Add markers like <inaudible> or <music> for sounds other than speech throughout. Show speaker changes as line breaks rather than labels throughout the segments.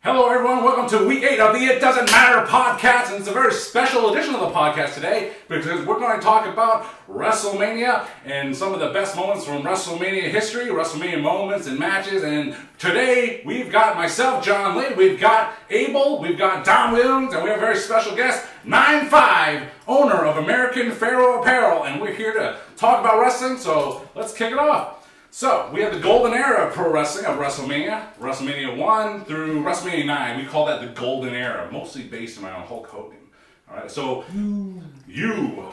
Hello, everyone. Welcome to week eight of the It Doesn't Matter podcast, and it's a very special edition of the podcast today because we're going to talk about WrestleMania and some of the best moments from WrestleMania history, WrestleMania moments and matches. And today we've got myself, John Lee, we've got Abel, we've got Don Williams, and we have a very special guest, Nine Five, owner of American Pharaoh Apparel, and we're here to talk about wrestling. So let's kick it off. So, we have the golden era of pro wrestling of WrestleMania, WrestleMania 1 through WrestleMania 9. We call that the golden era, mostly based around Hulk Hogan. All right, so you.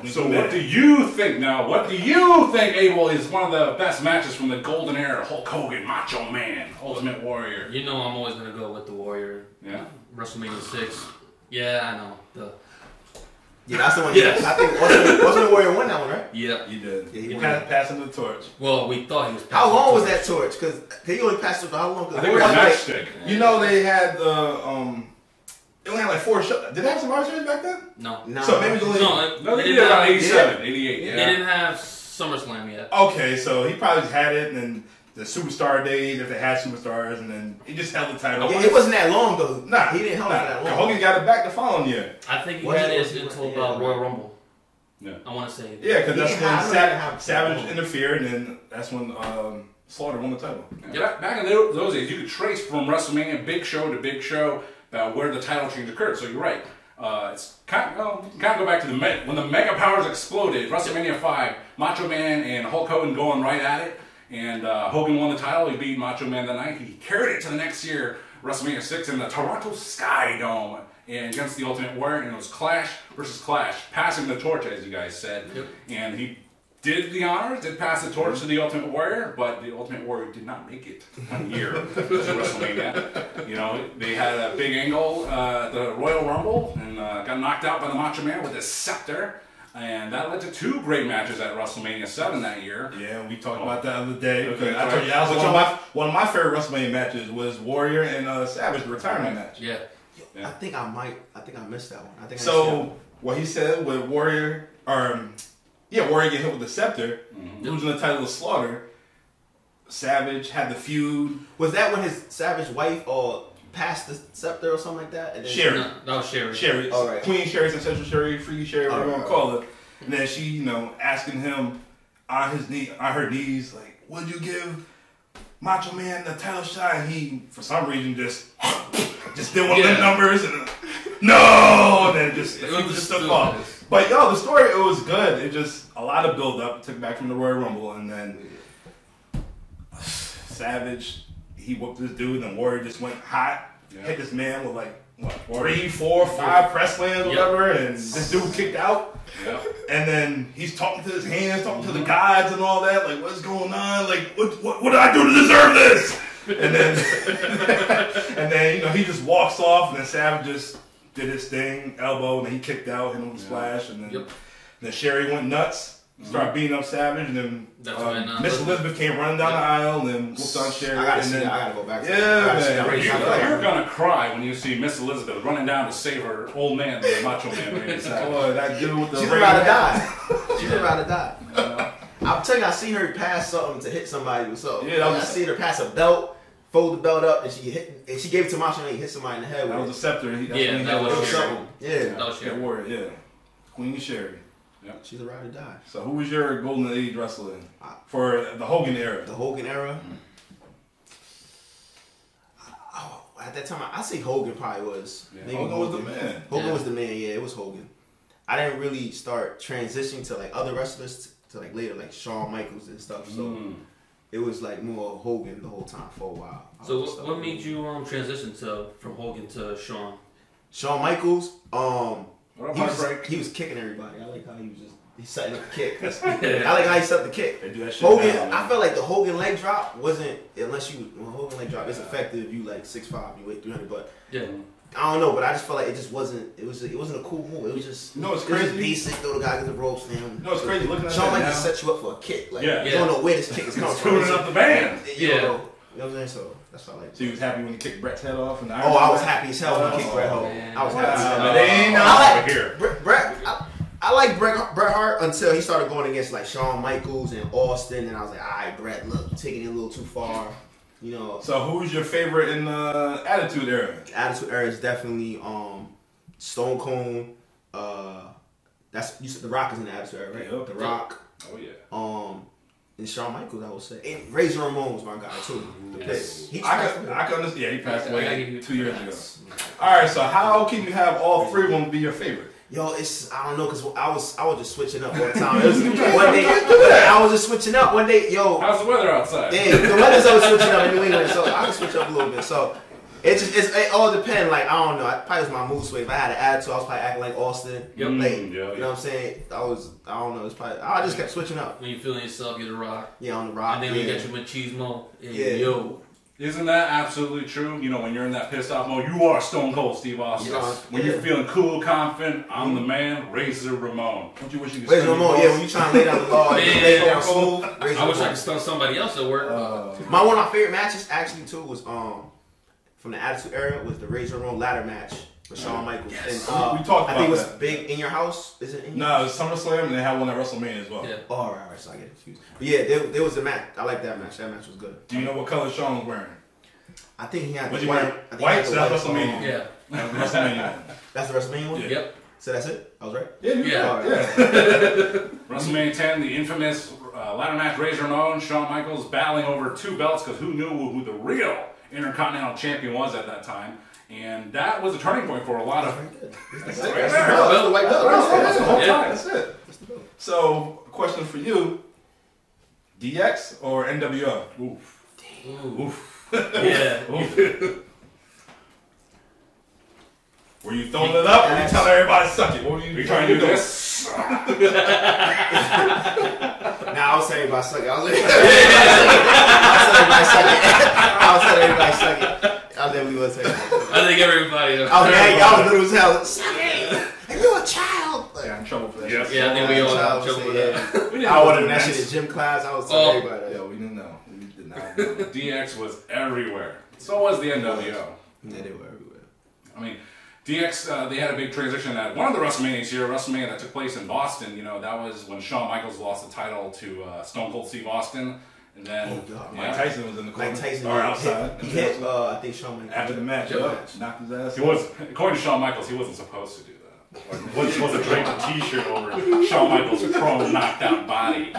So, what do you think now? What do you think, Abel, is one of the best matches from the golden era? Hulk Hogan, Macho Man, Ultimate Warrior.
You know I'm always gonna go with the Warrior.
Yeah?
WrestleMania six. Yeah, I know. The
Yeah, that's the one.
Yes.
I think Ultimate, Ultimate Warrior won that one, right?
yeah.
You did.
Yeah, he
you
won.
passed, passing the torch.
Well, we thought he was.
How
passing
long was
torch.
that torch? Because he only passed it for how long? 'Cause
I think it was
Warrior-
matchstick.
You know they had the um, they only had like four shows. Did they have survivor series back then?
No.
No.
So maybe
No,
the
it-
No,
they
they did
didn't
about
have.
87, 88,
They
yeah.
didn't have SummerSlam yet.
Okay, so he probably just had it, and then the superstar days if they had superstars, and then he just held the title.
Yeah, it wasn't that long though.
Nah,
he didn't hold it
nah,
that long.
Hogan got it back the following year.
I think he
Was
had
it-
it
was it-
until
yeah,
about
right.
Royal Rumble.
Yeah.
I want to say.
Yeah, because
Yeah,
that's
I don't
when
know how-
Sav- Savage interfered, and then that's when um, Slaughter won the title.
Yeah, Back, back in tho- those days, you could trace from WrestleMania Big Show to Big Show about where the title change occurred. So you're right. Uh, it's kind of, well, you can kind of go back to the me- when the mega powers exploded. WrestleMania five, Macho Man and Hulk Hogan going right at it, and uh, Hogan won the title. He beat Macho Man that night. He carried it to the next year, WrestleMania six, in the Toronto Sky Dome. And against the Ultimate Warrior, and it was Clash versus Clash, passing the torch, as you guys said.
Yep.
And he did the honors, did pass the torch to the Ultimate Warrior, but the Ultimate Warrior did not make it one year to WrestleMania. You know, they had a big angle, uh, the Royal Rumble, and uh, got knocked out by the Macho Man with his scepter, and that led to two great matches at WrestleMania 7 that year.
Yeah, we talked about that the other day.
Okay,
I told you that was one of, my, one of my favorite WrestleMania matches was Warrior and uh, Savage the retirement match.
Yeah.
Yeah.
I think I might. I think I missed that one. I think I missed that
So what he said with Warrior, or um, yeah, Warrior get hit with the scepter, losing the title to Slaughter. Savage had the feud.
one. was that when his savage wife or passed the scepter or something like that? And then-
Sherry,
No, that was Sherry.
Sherry,
All right.
Queen Sherry, Successor Sherry, Free Sherry, whatever you want to call it. And then she, you know, asking him on his knee, on her knees, like, "Would you give Macho Man the title shot?" And he, for some reason, just <laughs> just did one of
Yeah.
them numbers and uh, no, and then just the
It was
feud just
just
took off.
stupid.
But yo, the story it was good. It just a lot of build up. It took back from the Royal Rumble, and then <sighs> Savage he whooped this dude, and Warrior just went hot,
Yeah.
hit this man with like what three, four, five press lands, whatever, and this dude kicked out.
Yeah.
And then he's talking to his hands, talking to the gods and all that. Like, what's going on? Like, what what, what did I do to deserve this? And then <laughs> and then you know he just walks off, and then Savage just did his thing, elbow, and then he kicked out, hit him with a splash, and then
Yep. Mm-hmm.
then Sherry went nuts, started beating up Savage, and then
That's
um,
when, uh,
Miss Elizabeth came running down the aisle and whooped on Sherry.
I gotta
and
see
then,
that. I gotta go back. To
Yeah,
that. I gotta see
man.
that.
You,
I feel like-
are gonna cry when you see Miss Elizabeth running down to save her old man, the Macho Man.
<laughs>
Randy Savage.
Boy, that dude with the
She's
ring.
about
<laughs>
to die. She's about to die. I'm telling you, I seen her pass something to hit somebody with something.
Yeah, that was-
I seen her pass a belt, fold the belt up, and she hit. And she gave it to Macho and he hit somebody in the head
That was
with
a
it.
scepter. He, that's
Yeah,
when he
that
had
was
the
Or
little
Sherry.
something. Yeah,
That was
Yeah,
Sherry.
Warrior, yeah. Queen Sherry.
she's a ride or die.
So who was your golden age wrestler for the Hogan era?
The Hogan era.
Mm.
Oh, at that time, I, I say Hogan probably was. Maybe
Hogan was the man.
Hogan
Yeah.
was the man. Yeah, it was Hogan. I didn't really start transitioning to like other wrestlers t- to like later, like Shawn Michaels and stuff. So
Mm.
it was like more Hogan the whole time for a while. I
So
was
what,
stuck
what
with
made
Hogan.
you um transition to from Hogan to Shawn?
Shawn Michaels? Um,
What up,
he was,
Heartbreak?
he was kicking everybody. I like how he was just he setting up
<laughs>
the kick. <laughs> I
Yeah.
like how he set up the kick.
They do that shit
Hogan,
now, man.
I felt like the Hogan leg drop wasn't unless you when Hogan leg drop is effective. You like six five, you weigh three hundred, but <laughs>
yeah.
I don't know. But I just felt like it just wasn't. It was it wasn't a cool move. It was just
You know what's
it was just
crazy?
basic. Throw the guy to the ropes, man.
No, it's crazy looking at
Shawn
that
Michaels
now.
set you up for a kick. Like
Yeah.
you
Yeah.
don't know where this kick is coming from.
Tuning up the band.
You
Yeah.
don't know. You know what I'm saying? So that's what I like.
So you was happy when you kicked Brett's head off? And the
Oh,
Iron
I was
Man?
happy as hell when he kicked Bret Hart.
man.
I was happy as
Wow,
hell.
they ain't know.
I
Over
like
here.
Bret. Bret I, I like Bret, Bret Hart until he started going against like Shawn Michaels and Austin, and I was like, all right, Bret, look, you're taking it a little too far. You know,
So who's your favorite in the Attitude Era?
Attitude Era is definitely um Stone Cold. Uh, that's you said the Rock is in the Attitude Era, right?
Yep.
The Rock.
Oh yeah.
Um, and Shawn Michaels, I would say, and Razor Ramon's my guy too.
Yes.
He
I
tried
can, I can understand. Yeah, he passed
Yeah, I give
away
you
two years
props.
ago. All right, so how can you have all three of them be your favorite?
Yo, it's I don't know because I was I was just switching up
<laughs>
one time. It was, one day I was just switching up. One day, yo,
How's the weather outside?
yeah, the weather's always switching up in New England, so I can switch up a little bit. So it just it's, it all depends. Like I don't know, I probably was my mood swing. If I had an attitude, I was probably acting like Austin.
Yep.
Like,
Mm, yeah,
you
yeah.
know what I'm saying? I was I don't know. It's probably I just kept switching up.
When you feeling yourself, you're the rock.
Yeah, on the
And
rock.
then we
Ah, yeah.
got your machismo. And
Yeah.
Yo.
Isn't that absolutely true? You know, when you're in that pissed off mode, you are Stone Cold Steve Austin.
Yes.
When
Yeah.
you're feeling cool, confident, I'm the man, Razor Ramon. Don't you wish you could
Razor
spin your
Ramon, yeah,
balls?
when you trying to lay down the law, and
Man,
lay it down
so cool.
smooth. Razor
I wish I
Ramon.
could stun somebody else at work.
Uh,
My one of my favorite matches actually too was um from the Attitude Era was the Razor Ramon ladder match with Shawn Michaels. And, uh,
We talked
I think
about
it was
that.
big in your house. Is it in your
no, it was SummerSlam, and they had one at WrestleMania as well.
yeah.
Oh, all right, all right, so I get confused. But yeah, there, there was a match. I like that match. That match was good.
Do you know what color Sean was wearing?
I think he had the
What'd you
white.
wear?
I think he
White?
had the
So that's
white,
WrestleMania.
um,
Yeah.
<laughs> That was WrestleMania. one.
That's the WrestleMania one.
Yeah.
Yep.
So that's it. I was right.
Yeah, you-
Yeah.
All right.
WrestleMania 10, the infamous uh, ladder match, Razor Ramon, Shawn Michaels battling over two belts because who knew who the real Intercontinental Champion was at that time. And that was a turning point for a lot of.
Right there.
That's
That's
it.
it.
Right
That's
there.
the belt. That's the white belt.
That's it. That's the whole
Yeah.
time. That's it. So, question for you: DX or NWO?
Oof.
Ooh. Yeah.
Were you throwing it up? Or you
Yes.
telling everybody to suck it? What were you,
Are you trying to do <laughs> this?
Nah, I was telling everybody suck it. I was like, <laughs> I was telling everybody suck it. I was telling everybody suck it. I definitely was telling everybody.
I think everybody.
I was mad. Y'all was little as hell. Suck it. And you're a child. Like,
Yeah, I'm in trouble for that.
Yes.
shit.
yeah, I think we all
child
have
was
trouble with
saying,
that.
yeah.
We didn't
I
know
would have
<laughs>
the
that shit
match.
in gym class. I was telling
Oh.
everybody.
Yeah,
That.
we didn't know. We did
<laughs>
not know.
DX was everywhere. So was the NWO.
Yeah, they were everywhere.
I mean, DX, uh, they had a big transition at one of the WrestleManias here, WrestleMania that took place in Boston. You know, that was when Shawn Michaels lost the title to uh, Stone Cold Steve Austin. And then,
Oh, God.
Mike
yeah,
Tyson was in the corner.
Mike Tyson
Or
hit-
outside.
He hit, uh, I think Shawn Michaels.
After the match,
Yeah.
yeah. knocked his ass
he
out.
was, according to Shawn Michaels, he wasn't supposed to do that. Like, wasn't supposed to drape a T-shirt over Shawn Michaels' prone, knocked out body.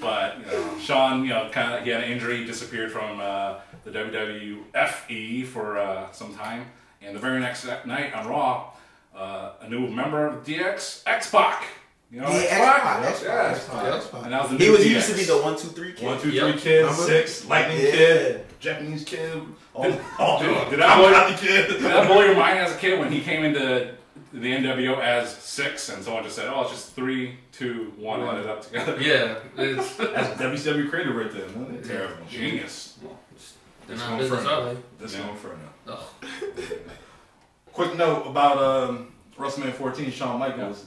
But you know, Shawn, you know, kind of he had an injury, he disappeared from uh, the WWFE for uh, some time, and the very next night on Raw, uh, a new member of DX, X-Pac. You know,
Yeah,
X-Pac?
X-Pac, X-Pac,
Yeah,
X-Pac,
X-Pac.
X-Pac.
And that was the
He
new
was.
DX.
He used to be the one, two, three kid.
One, two, three
Yep.
kid,
Remember?
six, lightning
Yeah.
kid, Japanese kid, all, all
Dude, did I-
Kamikaze
<laughs>
kid.
Did that blow your mind as a kid when he came into the NWO as six, and someone just said, "Oh, it's just three, two, one, ended up together." <laughs>
Yeah. It's,
That's WCW creative right there. Man. They're Terrible.
Genius.
they're
It's
not
no
business, Oh.
further.
are they?
That's
Yeah.
going for now.
Ugh.
Quick note about um, WrestleMania 14, Shawn Michaels.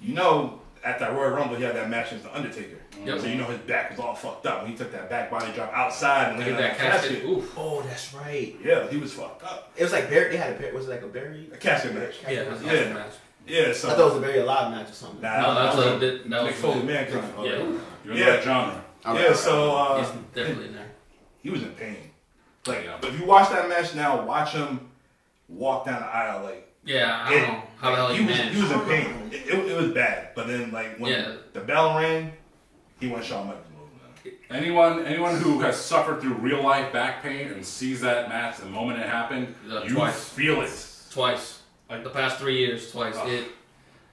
You know, at that Royal Rumble, he had that match with The Undertaker.
Yep.
So you know his back was all fucked up when he took that back body drop outside and
Look at
landed
that
that
casket.
casket.
Oof.
Oh, that's right.
Yeah, he was fucked up.
It was like Barry. They had a Barry. Was it like a Barry?
A casket match.
Yeah. That's
Yeah.
yeah. Match.
Yeah,
I
so.
thought it was a Barry alive match or something.
Nah,
No, that's
that
a
was
that, that
Mick
was
Foley, mankind.
Yeah.
You're in
Yeah.
the right genre.
All right,
yeah,
all right.
so uh,
He's definitely in there.
he was in pain. Like,
Yeah.
if you watch that match now, watch him walk down the aisle. Like,
Yeah. I
it-
don't know how the hell
he
you
was, he
managed.
was in pain. It, it, it was bad. But then, like, when
Yeah.
the bell rang, he went Shawn Michaels move. man.
Anyone, anyone who has suffered through real life back pain and sees that match the moment it happened,
Yeah,
you
twice.
feel it.
Twice. Like the past three years, twice.
Ugh.
It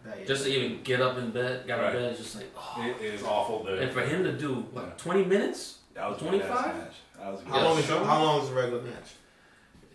Nah, yeah.
just to even get up in bed, got out
Right.
of bed, it's just like oh.
It is awful.
And
The
for him to do what, twenty minutes?
That was a
25?
good-ass match. That was a
how
good
long?
match.
Is, how long is the regular match?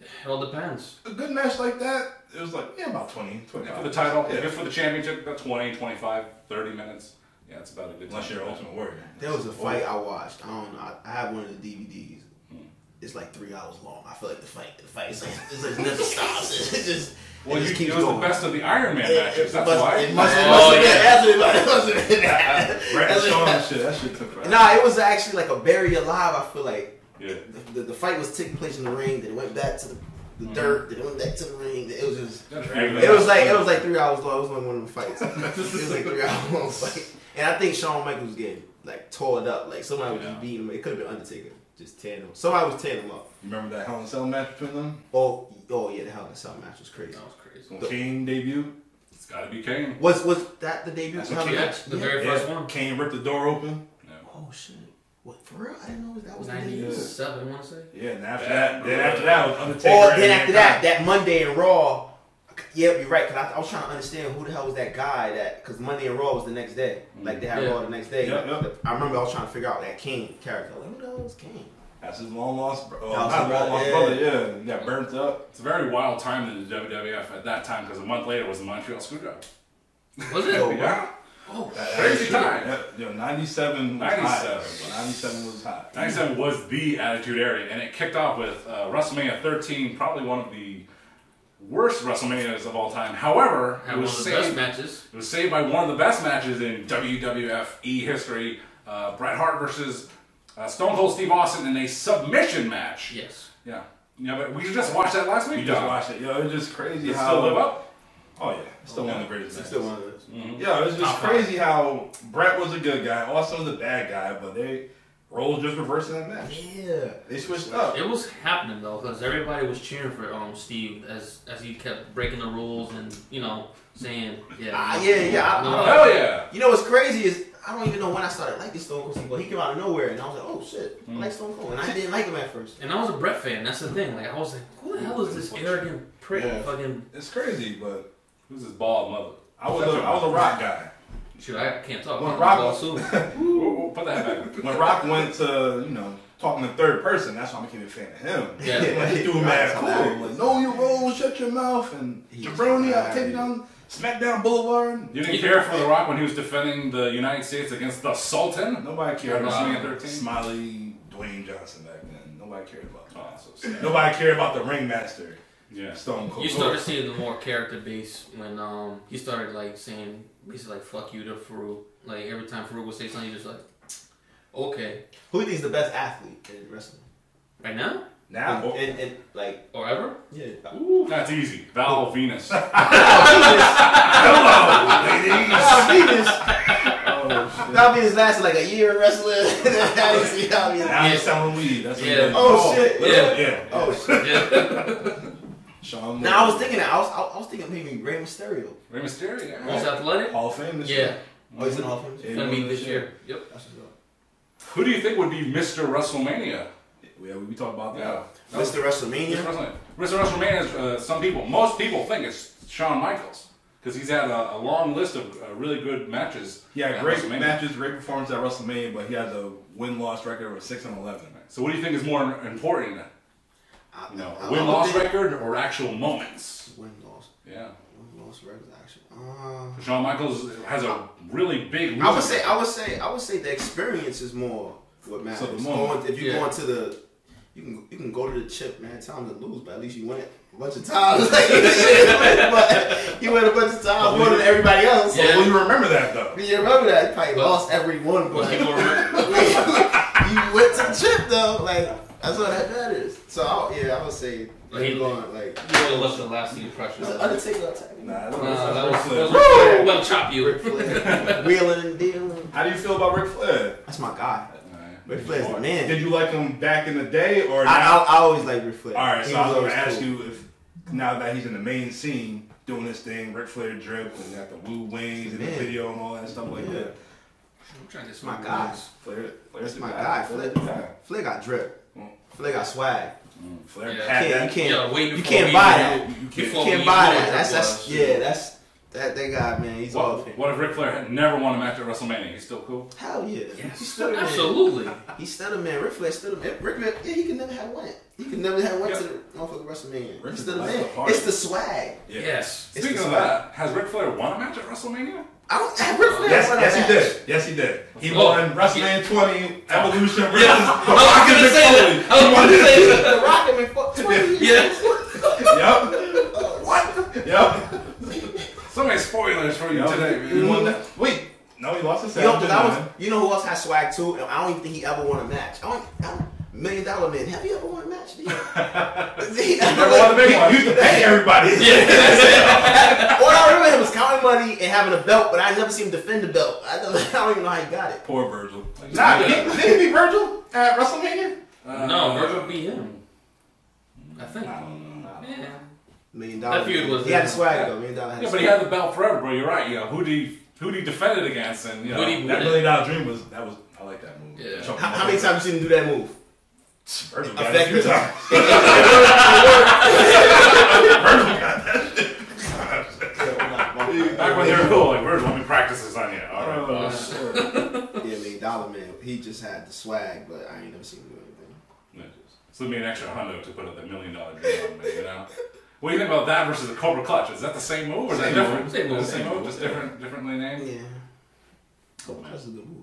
It all depends.
A good match like that, it was like, yeah, about 20,
yeah,
25.
for the title,
Yeah.
just for the championship, about 20, 25, 30 minutes. Yeah, it's about a good.
Unless
time.
you're Ultimate Warrior. Oh,
There
Oh.
was a fight I watched. I don't know. I, I have one of the DVDs.
Hmm.
It's like three hours long. I feel like the fight, the fight, is like, it's
<laughs>
like never stops. <laughs> It just,
Well,
it
you,
just
it
keeps
was
going.
the best of the Iron Man
It-
matches.
it
That's
must-
why.
It must, it
Oh,
must have <laughs>
yeah.
been. Absolutely, it must have been.
Brad
That's it.
Shawn shit, that shit
<laughs>
took forever.
Nah, it was actually like a bury alive. I feel like
yeah.
the, the, the fight was taking place in the ring. Then it went back to the, the
Hmm.
dirt. Then it went back to the ring. It was just. It was like it was like three hours long. It was like one of the fights. it was like three hours long fight. And I think Shawn Michaels was getting like tore it up. Like somebody was
Yeah.
just beating him. It could have been Undertaker. just tearing them. Somebody was tearing them up.
You remember that Hell in a Cell match between them?
Oh, oh yeah, the Hell in a Cell match was crazy.
That was crazy.
When Kane debuted.
It's got to be Kane.
Was was that the debut?
That's
Hell in a
okay.
Yeah,
Match?
the very
Yeah,
first one.
Kane ripped the door open.
Oh shit! What for real? I didn't know that was the debut.
97, I want to say.
Yeah, and after
That-
that, then after that was Undertaker.
Or
and
Oh, then after that,
Mankind.
that Monday in Raw. Yep, you're right. Cause I, I was trying to understand who the hell was that guy that. Cause Monday in Raw was the next day. Like they had
Yeah.
Raw the next day.
Mm. Yep, yep.
I remember I was trying to figure out that King character. Like, who the hell was King?
that's his long lost, bro- oh,
That was
not
his
long lost
brother,
brother. Yeah, and got burnt up.
It's a very wild time in the WWF at that time because a month later was the Montreal Screwjob.
Was it?
Yo,
Yeah.
Oh,
That-
Crazy
that-
time.
that- Yo, ninety-seven was
97.
hot. Ninety-seven was hot.
97 was the Attitude Era, and it kicked off with uh, WrestleMania 13, probably one of the worst WrestleManias of all time. However,
had
it
one
was
of the best
saved
matches.
It was saved by one of the best matches in WWF E history: uh, Bret Hart versus uh, Stone Cold Steve Austin in a submission match.
Yes.
yeah, yeah. But we just watched that last week.
You just
John.
watch it. Yo, it's just crazy
Did it
how.
still live up?
Oh yeah, it's still one of the greatest. matches.
It's still one of those.
Yeah, it's just
Top five.
crazy how Brett was a good guy, Austin was a bad guy, but they roles just reversing that match.
Yeah.
They switched up.
It was happening though, because everybody was cheering for um Steve as as he kept breaking the rules and you know saying yeah.
Ah, yeah, yeah, I-
no,
I-
Hell yeah!
You know what's crazy is I don't even know when I started liking Stone Cold Steve, but he came out of nowhere and I was like, oh shit,
Mm.
I like Stone Cold, and I didn't like him at first.
And I was a Brett fan. That's the thing. Like I was like, who the hell is this arrogant prick?
Yeah.
Fucking
It's crazy, but
Who's this bald mother?
I was a, I was a rock guy.
shoot, I can't talk.
When
I'm
Rock-
all sued.
Ooh, ooh, put that back. <laughs> on.
When Rock went to you know talking in third person, that's why I became a fan of him. <laughs>
Yeah.
like, this dude
Rock's
mad cool.
hilarious.
Like, know your role, shut your mouth, and
He's
jabroni, I'll take you
hilarious.
down SmackDown Boulevard.
You didn't care for The Rock when he was defending the United States against the Sultan?
Nobody cared
Remember
about
WrestleMania 13?
Smiley Dwayne Johnson back then. Nobody cared about
Oh,
that.
so sad.
Nobody cared about the ringmaster.
Yeah.
Stone Cold.
You started seeing the more character base when um he started like saying basically like fuck you to Farouk. Like every time Farouk would say something, he just like okay.
Who do you think is the best athlete in wrestling?
Right now
now.
and, and, and, like,
or ever?
yeah.
Ooh, that's easy. Val Venus.
Val <laughs> Venus.
Oh, shit.
Val Venus lasted like a year wrestling. <laughs> I didn't see Val Venus.
Now
Yeah.
he's selling weed. That's what
Yeah.
he did.
Oh, shit.
Yeah.
Yeah.
yeah.
Oh shit.
Yeah.
Sean.
Now I was thinking that I was I, I was thinking maybe Rey Mysterio.
Rey Mysterio.
Most
yeah.
athletic.
Hall of Fame this
Yeah.
year.
Oh, he's in Hall of Fame.
Yeah.
I mean this year. Yep.
That's what's up.
Who do you think would be Mr. WrestleMania?
Yeah, we, we talked about that.
Yeah.
Mr.
Mr.
WrestleMania.
WrestleMania. Mr. WrestleMania is, uh, some people, most people think it's Shawn Michaels because he's had a, a long list of uh, really good matches.
He had
at
great
WrestleMania.
matches, great performance at WrestleMania, but he has a win loss record of six and eleven.
So what do you think is more important?
I-
You know,
I- I-
win loss
I think-
record or actual moments?
Win loss.
Yeah.
Win loss record action. Uh,
Shawn Michaels has a really big.
I would say I would say I would say the experience is more what matters.
the moment.
Going- if you're
Yeah.
going to the you can you can go to the chip, man. Time to lose, but at least you win it a bunch of times. <laughs> Like, you win, but you win a bunch of times more than everybody else.
So
Yeah.
will Oh, you remember that though?
You remember that? You probably
Well-
lost every one,
Most
but
people remember.
<laughs> you went to chip though. Like that's what that matters. So I, yeah, I would say
Like, he-
like, going like
You would have left the lasting impression.
it's an Undertaker attack.
Nah, I don't
Nah, that
know.
was,
Ric
that was
Flair.
well chop you.
Ric Flair, wheeling and dealing.
How do you feel about Ric Flair?
That's my guy. Ric
Flair's
Flair's
the
the man.
Did you like him back in the day or
I,
now?
I, I always like Ric Flair.
All right,
He
so I was gonna
always
ask
cool.
you if now that he's in the main scene doing this thing, Ric Flair drip and got the woo wings and the
Man.
video and all that stuff like
Yeah.
that.
I'm trying to get
My
some
guy.
Flair, Flair's
That's
the
my
guy.
guy.
Flair's
Flair,
the guy.
Flair got drip.
Mm.
Flair got swag.
Flair
Yeah.
had
Can't-
that.
you can't.
Yeah, way before
you can't
we
buy
knew-
that.
you
You
before
can't
we
buy
knew
that.
what
That's
it
that's
was.
yeah. That's that. That guy, man. He's all.
What, what if Ric Flair had never won a match at WrestleMania? He's still cool.
Hell yeah. He's still the man.
Absolutely.
He's still the man. Ric Flair's still the man. Ric Flair, yeah, he could never have won it. He could never have won
Yeah.
to the motherfucking WrestleMania.
Ric
He's still the
Flair's
man.
the heart.
it's the swag.
Yeah.
Yes.
It's
Speaking
the
of
swag.
that, has Ric Flair won a match at WrestleMania?
I don't have Ric Flair.
Yes,
won a
yes, he
match.
did. Yes, he did. He
Oh.
won WrestleMania 20 Evolution versus
<laughs> Yeah.
The
No, I
Rock
was
and
gonna
Mick
say
Foley.
that. I was gonna say that.
<laughs> The Rock him in
<laughs>
fuck twenty years.
Yep.
what?
Yep.
So many spoilers for you today,
He
man.
won that. Wait. No, he lost his
Yo, 'cause
Saturday
I was,
night.
you know who else has swag too? And I don't even think he ever won a match. I don't, I don't, Million Dollar Man. Have you ever won
<laughs>
a match? Did he, he
Never won a big one. He used to pay everybody.
All I remember him was counting money and having a belt, but I never seen him defend the <laughs> belt. I don't, I don't even know how he got it.
Poor Virgil.
Yeah.
did he beat Virgil at WrestleMania?
Uh,
no, Virgil beat him. I think.
I don't know.
Yeah.
Million dollar.
feud was-
He had the swag though. Million dollar. Had
Yeah,
the
but he
swag.
had the belt forever, bro. You're right. You know, who do you, who do you defend it against? And you know,
Who do you-
that-
That million dollar dream was that was I like that movie.
Yeah.
Chuck
How, how many times you seen him do that move?
Virgil got that few
Effective.
times. Virgil got that shit.
back when they were cool, like Virgil, let me practice this on you. All right,
Oh,
boss.
Yeah, million dollar man. He just had the swag, but I ain't never seen him do anything.
So me an extra hundo to put up that million dollar deal on me, you know? What do you think about that versus the Cobra Clutch? Is that the same move or is that
Same
different?
move, same move,
Is it the
same move,
just
yeah.
different, differently named.
Yeah.
Cool, man.
That's a good move.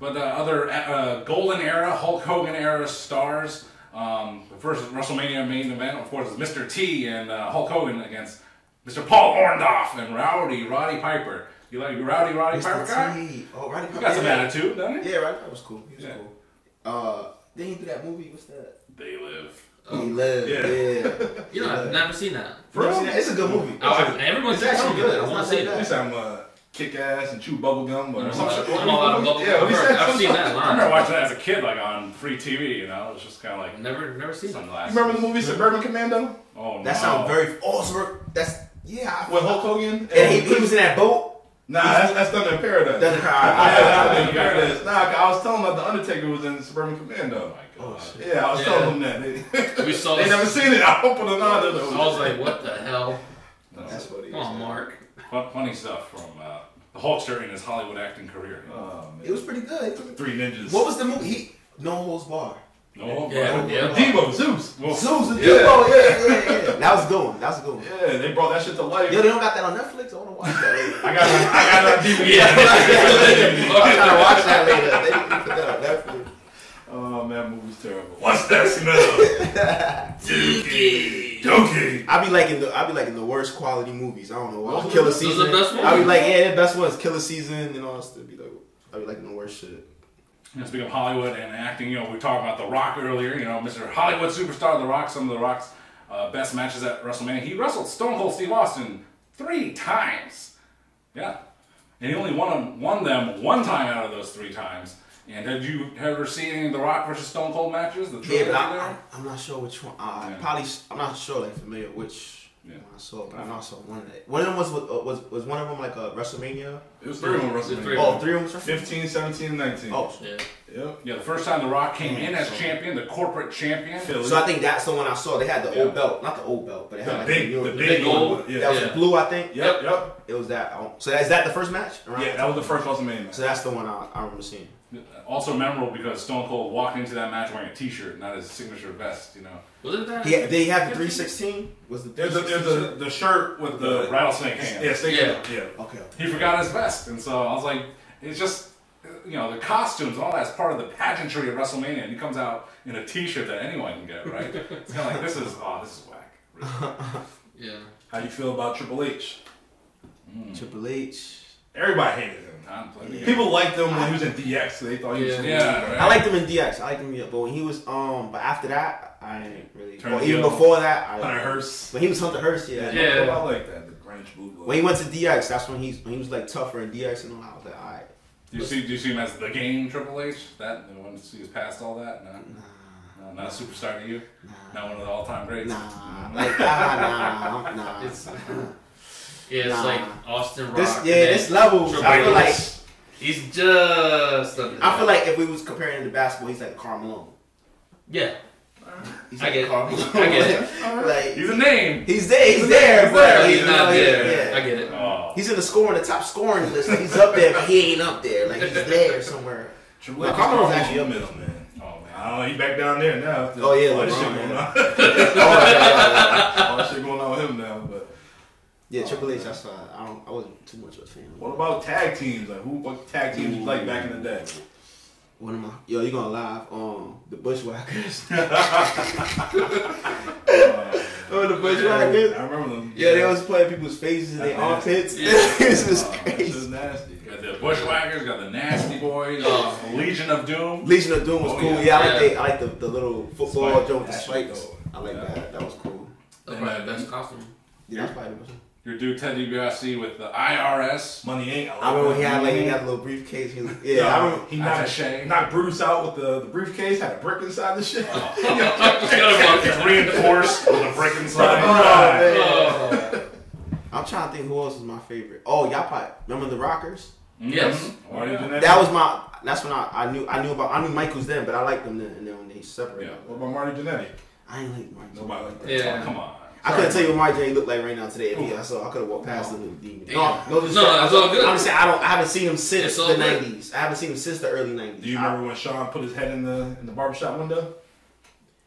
But uh, other uh, uh, Golden Era, Hulk Hogan era stars. Um, the first WrestleMania main event, of course, is Mr. T and uh, Hulk Hogan against Mr. Paul Orndorff and Rowdy Roddy Piper. You like Rowdy Roddy Piper guy?
Mr. T. Oh, Roddy Piper.
You got some
yeah.
attitude, doesn't it?
Yeah, Roddy Piper was cool. He was
Yeah.
cool. Uh, then he did that movie. What's that?
They live.
he lived.
yeah.
Yeah.
You know, I've never seen that.
You ever seen that? It's a good movie.
I, I, everyone
It's
keeps telling me
actually
that.
good.
I
It's
want
not
to see
so
At
it.
least I'm uh, kick ass and chew bubble gum or
I'm
some shit.
not- I'm not allowed to bubble
Yeah,
gum.
what he said,
I've
some
seen
shit.
that
I remember
line.
watching that as a kid, like on free TV. You know, it was just kind of like
Never, never seen that.
sunglasses.
You remember the movie Suburban Commando
Oh no.
That sounds very awesome. That's yeah. I-
with Hulk Hogan?
And he, he was in that boat.
nah, that's, that's Thunder in Paradise.
That's
Yeah, that's Thunder
Yeah.
in Paradise. Nah, I was telling them that the Undertaker was in Suburban Commando.
Oh my god.
Yeah, I was
Yeah. Oh,
telling them that. They,
We saw
they
this.
never seen it. I opened it on
I was like, what the hell?
That's what he
Come
was.
on,
in.
Mark.
Fun, funny stuff from uh, the Hulkster in his Hollywood acting career.
Oh, man.
It was pretty good. It was-
Three Ninjas.
What was the movie? He No Holds Bar.
No,
Yeah,
bro.
yeah.
Devo, Zeus.
Well, <laughs>
Susan
Yeah.
Depot. Oh. Yeah, yeah, yeah. That was a good one. That was a good one.
Yeah, they brought that shit to life.
Yo, they don't got that on Netflix. I want to watch that. Later.
I got it. I got it on DVD.
<laughs> I'm
Yeah.
trying to watch that later. They need to put that on Netflix.
Oh man, that movie's terrible. What's that smell? Dookie. Dookie.
I be liking the I be liking the worst quality movies. I don't know why.
Those are the-
Killer
those are the
season.
best
I be
ones.
like, yeah, the best ones. Killer season and all that stuff. Be like, I be liking the worst shit.
You know, speaking of Hollywood and acting, you know, we talked about The Rock earlier. You know, Mr. Hollywood superstar The Rock. Some of The Rock's uh, best matches at WrestleMania. He wrestled Stone Cold Steve Austin three times. Yeah, and he only won won them one time out of those three times. And have you ever seen any of The Rock versus Stone Cold matches? The
Yeah,
trilogy
but I,
there?
I'm, I'm not sure which one. I
Yeah.
probably I'm not sure like familiar which
Yeah.
one I saw, but I know I saw one of that. One of them was with- uh, was was one of them like a WrestleMania.
It was three on
Three.
WrestleMania.
Oh, three of them. Was
15, 17, and 19.
oh,
Yeah.
Yep.
Yeah, the first time The Rock came in as champion, the corporate champion.
Philly.
so I think that's the one I saw. They had the
Yeah.
old belt, not the old belt, but it had
the
like
big,
new-
the big,
big
one.
old-
Yeah.
That was
Yeah.
blue, I think.
Yep, yep.
It was that. oh, So is that the first match? Around
Yeah,
that
that
time?
was the first WrestleMania match.
so that's the one I, I remember seeing.
Also memorable because Stone Cold walked into that match wearing a T-shirt, not his signature vest. You know,
Was it that?
He, did he have the 316? Was the
There's a, there's
316?
a, the shirt with
the
the.
rattlesnake hand.
Yes, they
Yeah.
yeah. yeah.
Okay.
He forgot his vest, and so I was like, it's just you know the costumes, all that's part of the pageantry of WrestleMania, and he comes out in a T-shirt that anyone can get, right? it's kind of like this is oh this is whack. really.
Yeah.
How you feel about Triple H?
Triple H.
Everybody hated him.
Time to play the game.
People liked him when he was in DX. So they thought he was.
Yeah.
yeah, right?
I liked him in DX. I liked him, in DX, but when he was um, but after that, I ain't really.
Turned
Well, even
heel.
before that, I,
Hunter Hearst.
When he was Hunter Hearst, yeah.
Yeah.
I like that. The Greenwich Blue Blood.
When he went to DX, that's when he's when he was like tougher in DX and all. that. I was like, all right.
Do you see do you see him as the game Triple H? That the one see is past all that? No, no not a superstar to you. Not one of the all-time greats. Mm-hmm.
Nah, like nah, nah, nah. <laughs>
It's- Yeah, it's
Nah.
like Austin Rock.
this,
and
yeah, this
then
level.
Triple
I feel
H.
like
He's just.
I feel like if we was comparing him to basketball, he's like Carmelo.
Yeah.
He's
I
like
get it.
Carmelo.
<laughs> I get it.
<laughs> like
He's a name.
he's there, he's,
He's
there,
there,
but
But
you
he's not
know,
there.
yeah.
I get it.
Oh.
He's in the scoring, the top scoring list. He's up there, but he ain't up there. Like he's
<laughs>
there somewhere.
Triple H
Nah, Carmelo's
is actually
actually up
a middle man.
Oh man.
Oh, he back down there now. after
Oh, yeah,
all this
LeBron,
shit going
yeah.
on.
Oh, yeah, yeah, yeah.
all this shit going on <laughs> with him now. But
Yeah, Triple H. That's why I don't. I wasn't too much of a fan.
what about tag teams? Like who? What tag teams you like back in the day?
One of my yo, you gonna live um the Bushwhackers?
<laughs> Uh,
oh, <laughs> the
I remember them.
Yeah, they always playing people's faces in their
Yeah.
armpits. <laughs>
Yeah.
this is
Oh, that shit was
crazy.
nasty.
Got the Bushwhackers, got the Nasty Boys, uh,
Oh.
Legion of Doom.
Legion of Doom was
Oh,
cool.
yeah.
Yeah, I like
Yeah.
the I like the, the little football
Spike.
joke with the
That shit
spikes.
dope.
I like
Yeah.
that. That was cool.
That's probably the best costume. <laughs>
Yeah, that's probably the best. one.
your dude Ted DiBiase with the IRS.
Money ain't. I,
I
love that.
remember when he had like he had a little briefcase. He was, yeah,
Yeah,
I remember.
he
That's
knocked,
a shame.
knocked Bruce out with the, the briefcase, had a brick inside the
<laughs>
shit. <laughs>
<laughs> It's reinforced with a brick inside.
Oh,
Right.
man.
Oh.
I'm trying to think who else was my favorite. Oh, y'all probably remember the Rockers.
Mm-hmm. Yes.
Why did you do that?
That was my. That's when I, I knew I knew about I knew Michaels then, but I liked them then. And then when they separated,
Yeah.
What about Marty Jannetty?
I ain't like Michaels.
Nobody like that.
Yeah.
Come on.
I couldn't tell you what my J looked like right now today. If he, I saw, I could have walked past him with a demon. No,
Damn.
no,
No,
just,
it's all good.
I'm just saying I don't. I haven't seen him since
It's
the
all good.
'90s. I haven't seen him since the early '90s.
Do you
I-
remember when Sean put his head in the in the barbershop window?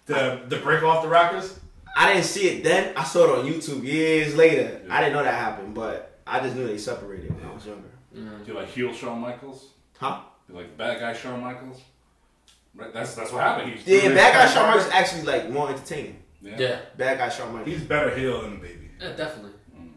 The the break off the Rockers?
I didn't see it then. I saw it on YouTube years later. I didn't know that happened, but I just knew they separated when I was younger.
Do you like heel Shawn Michaels?
Huh?
Do you like the bad guy Shawn Michaels? Right, that's that's what happened. He
Yeah, Bad Guy Shawn Michaels is actually like more entertaining.
Yeah,
Bad Guy Shawn Michaels.
He's better heel than the baby.
yeah, definitely.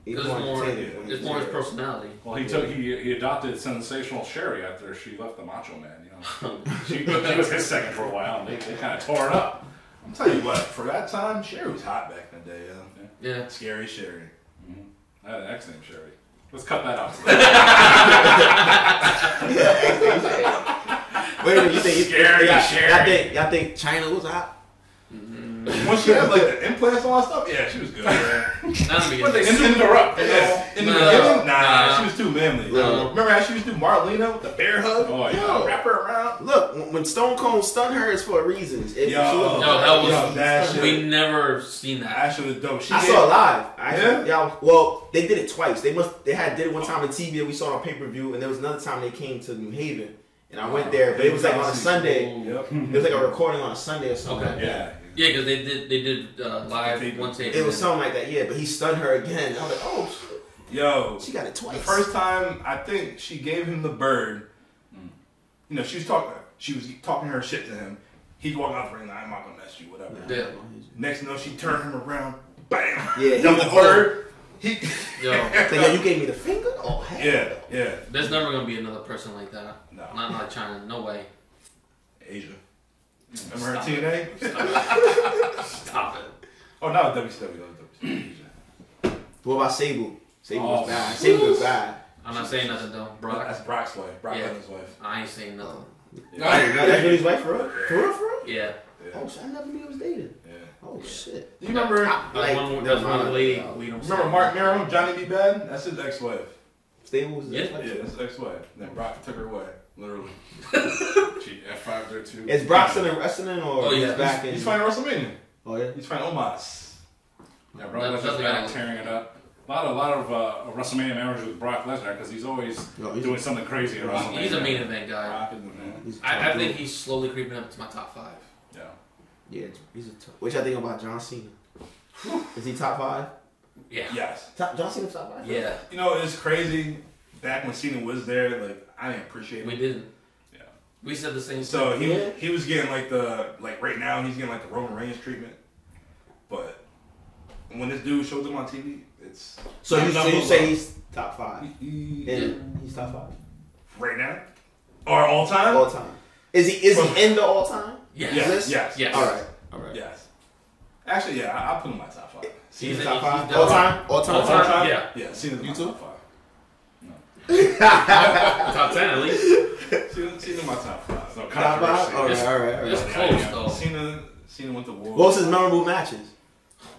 He's
It's
more
more,
entertaining. when
it's
he's
more his
there.
personality.
Well, he took he, he adopted sensational Sherry after she left the Macho Man. You know, she, <laughs> she was his second for a while, and they, they kind of tore it up.
I'm telling you what, for that time, Sherry was hot back in the day, yeah.
Yeah.
Scary Sherry.
I had an ex named Sherry. Let's cut that
<laughs>
out.
<laughs> Wait a minute, you think you-
Scary
y'all- Y'all
Sherry.
think, y'all think China was hot?
When she had like the implants on and stuff, yeah, she was good. yeah.
Not in the
But they
beginning.
suited her up. you know?
Yeah. In the
No.
beginning, nah,
Nah.
she was too manly.
No.
Remember how she used to do Marlena with the bear hug?
Oh, yeah.
Yo, wrap her around.
Look, when- when Stone Cold stunned her, it's for a reason. If she
Yo,
wasn't-
No, that was-
yo, that shit.
We never seen that.
That shit was dope. She
I
gave-
saw
<laughs>
it live. I
Yeah?
Y'all, well, they did it twice. They must. They had did it one time on TV that we saw on pay per view, and there was another time they came to New Haven, and I went there, but it was like on a Sunday.
Ooh.
Yep.
It was like a recording on a Sunday or something.
Okay.
Yeah.
Yeah, because they did they did uh, live one tape.
It
and
was something like that, yeah. But he stunned her again. I was like, oh, shit,
Yo,
she got it
the
twice.
first time I think she gave him the bird. You know, she was talking. She was talking her shit to him. He walked out the ring. I'm not gonna mess you. Whatever.
then- Yeah.
Next, you know, she turned him around. Bam.
Yeah, he
Double
was-
bird. He. <laughs>
Yo,
Like, yo, you gave me the finger. Oh hell.
yeah. Yeah.
there's never gonna be another person like that.
No.
Not like China. No way.
Asia. Remember her TNA?
Stop it.
<laughs> Oh no, WCW. That was WCW. Asia.
What about Sable? Sable
Oh.
was bad. Sable was bad.
I'm not saying nothing though, Brock.
That's Brock's wife. Brock
Yeah.
Lesnar's
<laughs>
wife.
I ain't saying nothing.
I didn't know that's really his wife for real. For real, for real.
Yeah.
Oh shit, I never knew he was dating.
Yeah.
Oh shit.
Do you remember?
I-
There's one, there's
never
one
mind.
lady we don't.
Remember
say.
Mark Merrill, Johnny B. Bad? That's his ex-wife.
Sable was
Yeah.
Yeah, that's his ex-wife. Then Brock took her away, literally.
She F five oh there too.
Is Brock still in wrestling or
Oh, yeah.
he's back in?
He's fighting WrestleMania.
Oh yeah.
He's fighting Omos.
Yeah, Brock Lesnar's
Definitely
back
not.
tearing it up. A lot, a lot of uh, WrestleMania memories with Brock Lesnar because he's always
No, Oh, he's-
doing something crazy at WrestleMania.
He's a main event guy.
Rock is the man.
He's
I, I
tough
think
dude.
he's slowly creeping up to my top five.
Yeah.
Yeah, he's a tough. What y'all think about John Cena? Is he top five?
Yeah.
Yes.
Top, John Cena's top five.
Yeah.
You know, it's crazy. Back when Cena was there, like I didn't appreciate
We
it.
didn't.
Yeah.
We said the same.
So he
Yeah.
he was getting like the like right now he's getting like the Roman Reigns treatment, but when this dude shows up on TV, it's
So you, so you
Number
say
one.
he's top five?
he-
And he's top five
right now or all time.
all time. Is he is he in the all time?
Yes.
yes,
List?
yes,
Yes.
All right. All right.
yes. Actually, yeah, I, I put him in my top five.
He's,
He's-
top
he's
five.
done.
all time. All time.
All time.
yeah,
yeah.
yeah. Cena's in
You
my
too?
top five.
Top ten at least.
Cena, Cena's in my top five.
So
Top five.
controversy.
All right. All right. All
It's
right.
close though.
Cena, Cena went to war.
What's his memorable matches?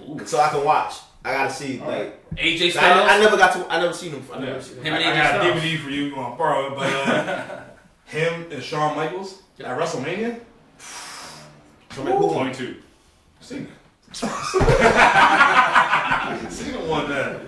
Ooh.
So I can watch. I gotta see
All
like.
AJ Styles.
I, I never got to. I never seen him. I never
Yeah.
seen
Him
him.
and
I, I
AJ
got a
Styles.
DVD for you. You want to borrow it? But uh,
<laughs>
him and Shawn Michaels at WrestleMania,
So, like, who won?
Point two.
Cena. Cena won that.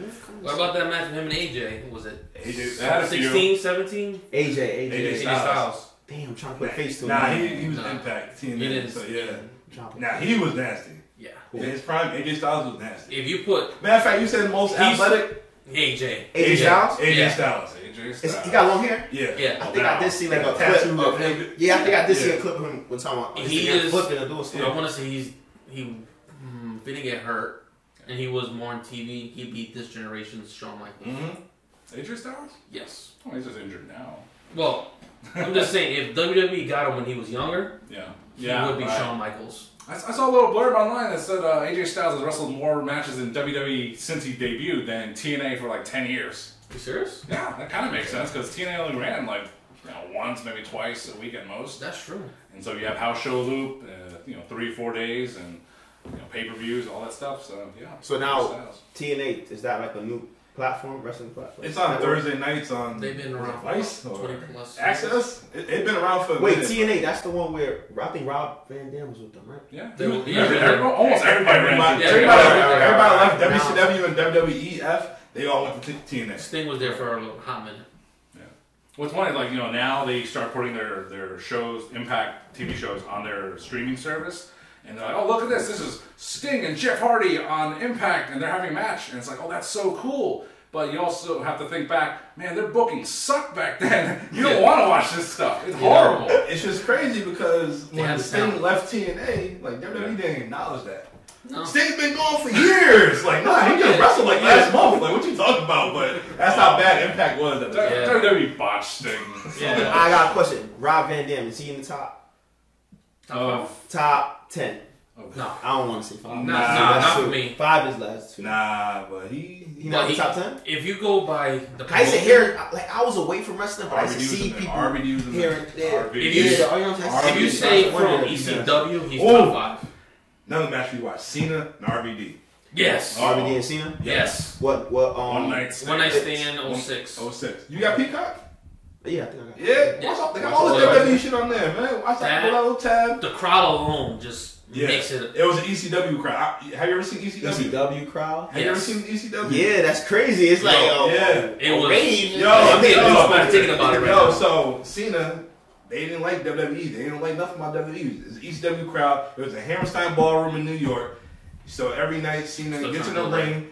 What about that match with him and AJ? What was it?
AJ,
That had a few.
16, 17?
AJ.
AJ
AJ.
AJ
Styles.
Styles.
Damn, I'm trying to put a face to him.
Nah, he, he was
Nah.
Impact
He
TNA.
didn't.
So yeah.
Drop it.
Nah, he was nasty.
Yeah.
Cool.
In his prime, AJ Styles was nasty.
If you put
Matter of fact, you said most
He's-
athletic.
AJ.
AJ Styles?
AJ
Yeah.
Styles.
AJ
Is,
Styles.
he got long hair.
Yeah.
Yeah.
I think I did see like a
Tattoo
clip
of
of him.
him.
Yeah, I think I did see
Yeah.
a clip of him one time. on-
He
Instagram
is-
flipping a door. stuff.
I want to say he's he mm, didn't get hurt, and he was more on TV. He beat this generation's Shawn Michaels.
Mm-hmm.
AJ Styles?
Yes.
Oh, he's just injured now.
Well, I'm just saying if WWE got him E when he was younger,
Yeah.
he
Yeah,
would be
right.
Shawn Michaels.
I, I saw a little blurb online that said uh, AJ Styles has wrestled more matches in WWE since he debuted than TNA for like 10 years.
You serious?
Yeah, that kind of makes sense because TNA only ran like you know, once, maybe twice a week at most.
That's true.
And so you have house show loop, uh, you know, three, four days, and you know, pay per views, all that stuff. So yeah.
So now
Styles.
TNA is that like a new platform, wrestling platform?
It's on
Network?
Thursday nights on
They've been around for
Vice
about
or
20 plus
Access. It, it's been around for a
Wait,
minute.
TNA. That's the one where I think Rob Van Dam was with them, right?
Yeah.
They were-
Yeah, everyone- almost everybody ran.
Everybody,
through
Yeah,
everybody,
TNA.
everybody-
everybody
everybody-
left WCW and WWEF. They all went to T- TNA.
Sting was there for a little hot minute.
What's funny, like you know, now they start putting their their shows, Impact TV shows, on their streaming service, and they're like, "Oh, look at this! This is Sting and Jeff Hardy on Impact, and they're having a match." And it's like, "Oh, that's so cool!" But you also have to think back, man, their booking sucked back <laughs> then. You don't
Yeah.
want to watch this stuff; it's
Yeah.
horrible.
It's just crazy because
They
when
had
Sting
talent.
left TNA, like WWE
Yeah.
didn't acknowledge that.
No.
Sting's been gone for years. Like, nah, he just
Yeah. Oh.
wrestled like last month. Like, what you talking about? But that's how bad Impact was. At the time.
Yeah.
WWE E botched Sting.
Yeah.
<laughs> I got a question. Rob Van Dam is he in the top
Oh,
top ten?
No.
I don't want to say five.
Nah,
nah,
That's
not
two.
for me.
Five is last two.
Nah, but he.
He
he
not in the
he-
top
Oh.
ten.
If you go by the
I used to
promotion-
hear like I was away from wrestling, but I used to
RVD was
see
in there.
people
RVD was in
here
there.
and there.
RVD.
If you-
Yeah, the- you know what I'm saying?
RVD.
If you say
I wonder
from
if he's in
ECW, he's
Oh.
top five.
another match we watched: Cena and RVD.
Yes.
Oh.
RVD and Cena.
Yes.
What? What? Um,
one night stand.
One night stand oh, 06.
06. Oh, You got Peacock?
Yeah, I think I got.
Yeah.
Yeah.
Watch out. They got all the
Watch out.
WWE shit on there, man. Watch out.
That-
Pull out a little tab.
The crowd alone just makes it.
It was an ECW crowd. I- Have you ever seen ECW?
ECW crowd.
Have you ever
Yes.
seen E ECW?
Yeah, that's crazy. It's like oh,
Yo,
a,
yeah.
a-
It
a
was-
rave.
Yo,
Yo,
Like,
I'm
they-
getting
yo,
goosebumps thinking about it right
yo,
now.
so Cena, they didn't like WWE. They didn't like nothing about E. WWE. It's an ECW crowd. It was a Hammerstein ballroom in New York. So every night, Cena
Still
gets in
trying
the
to do
ring,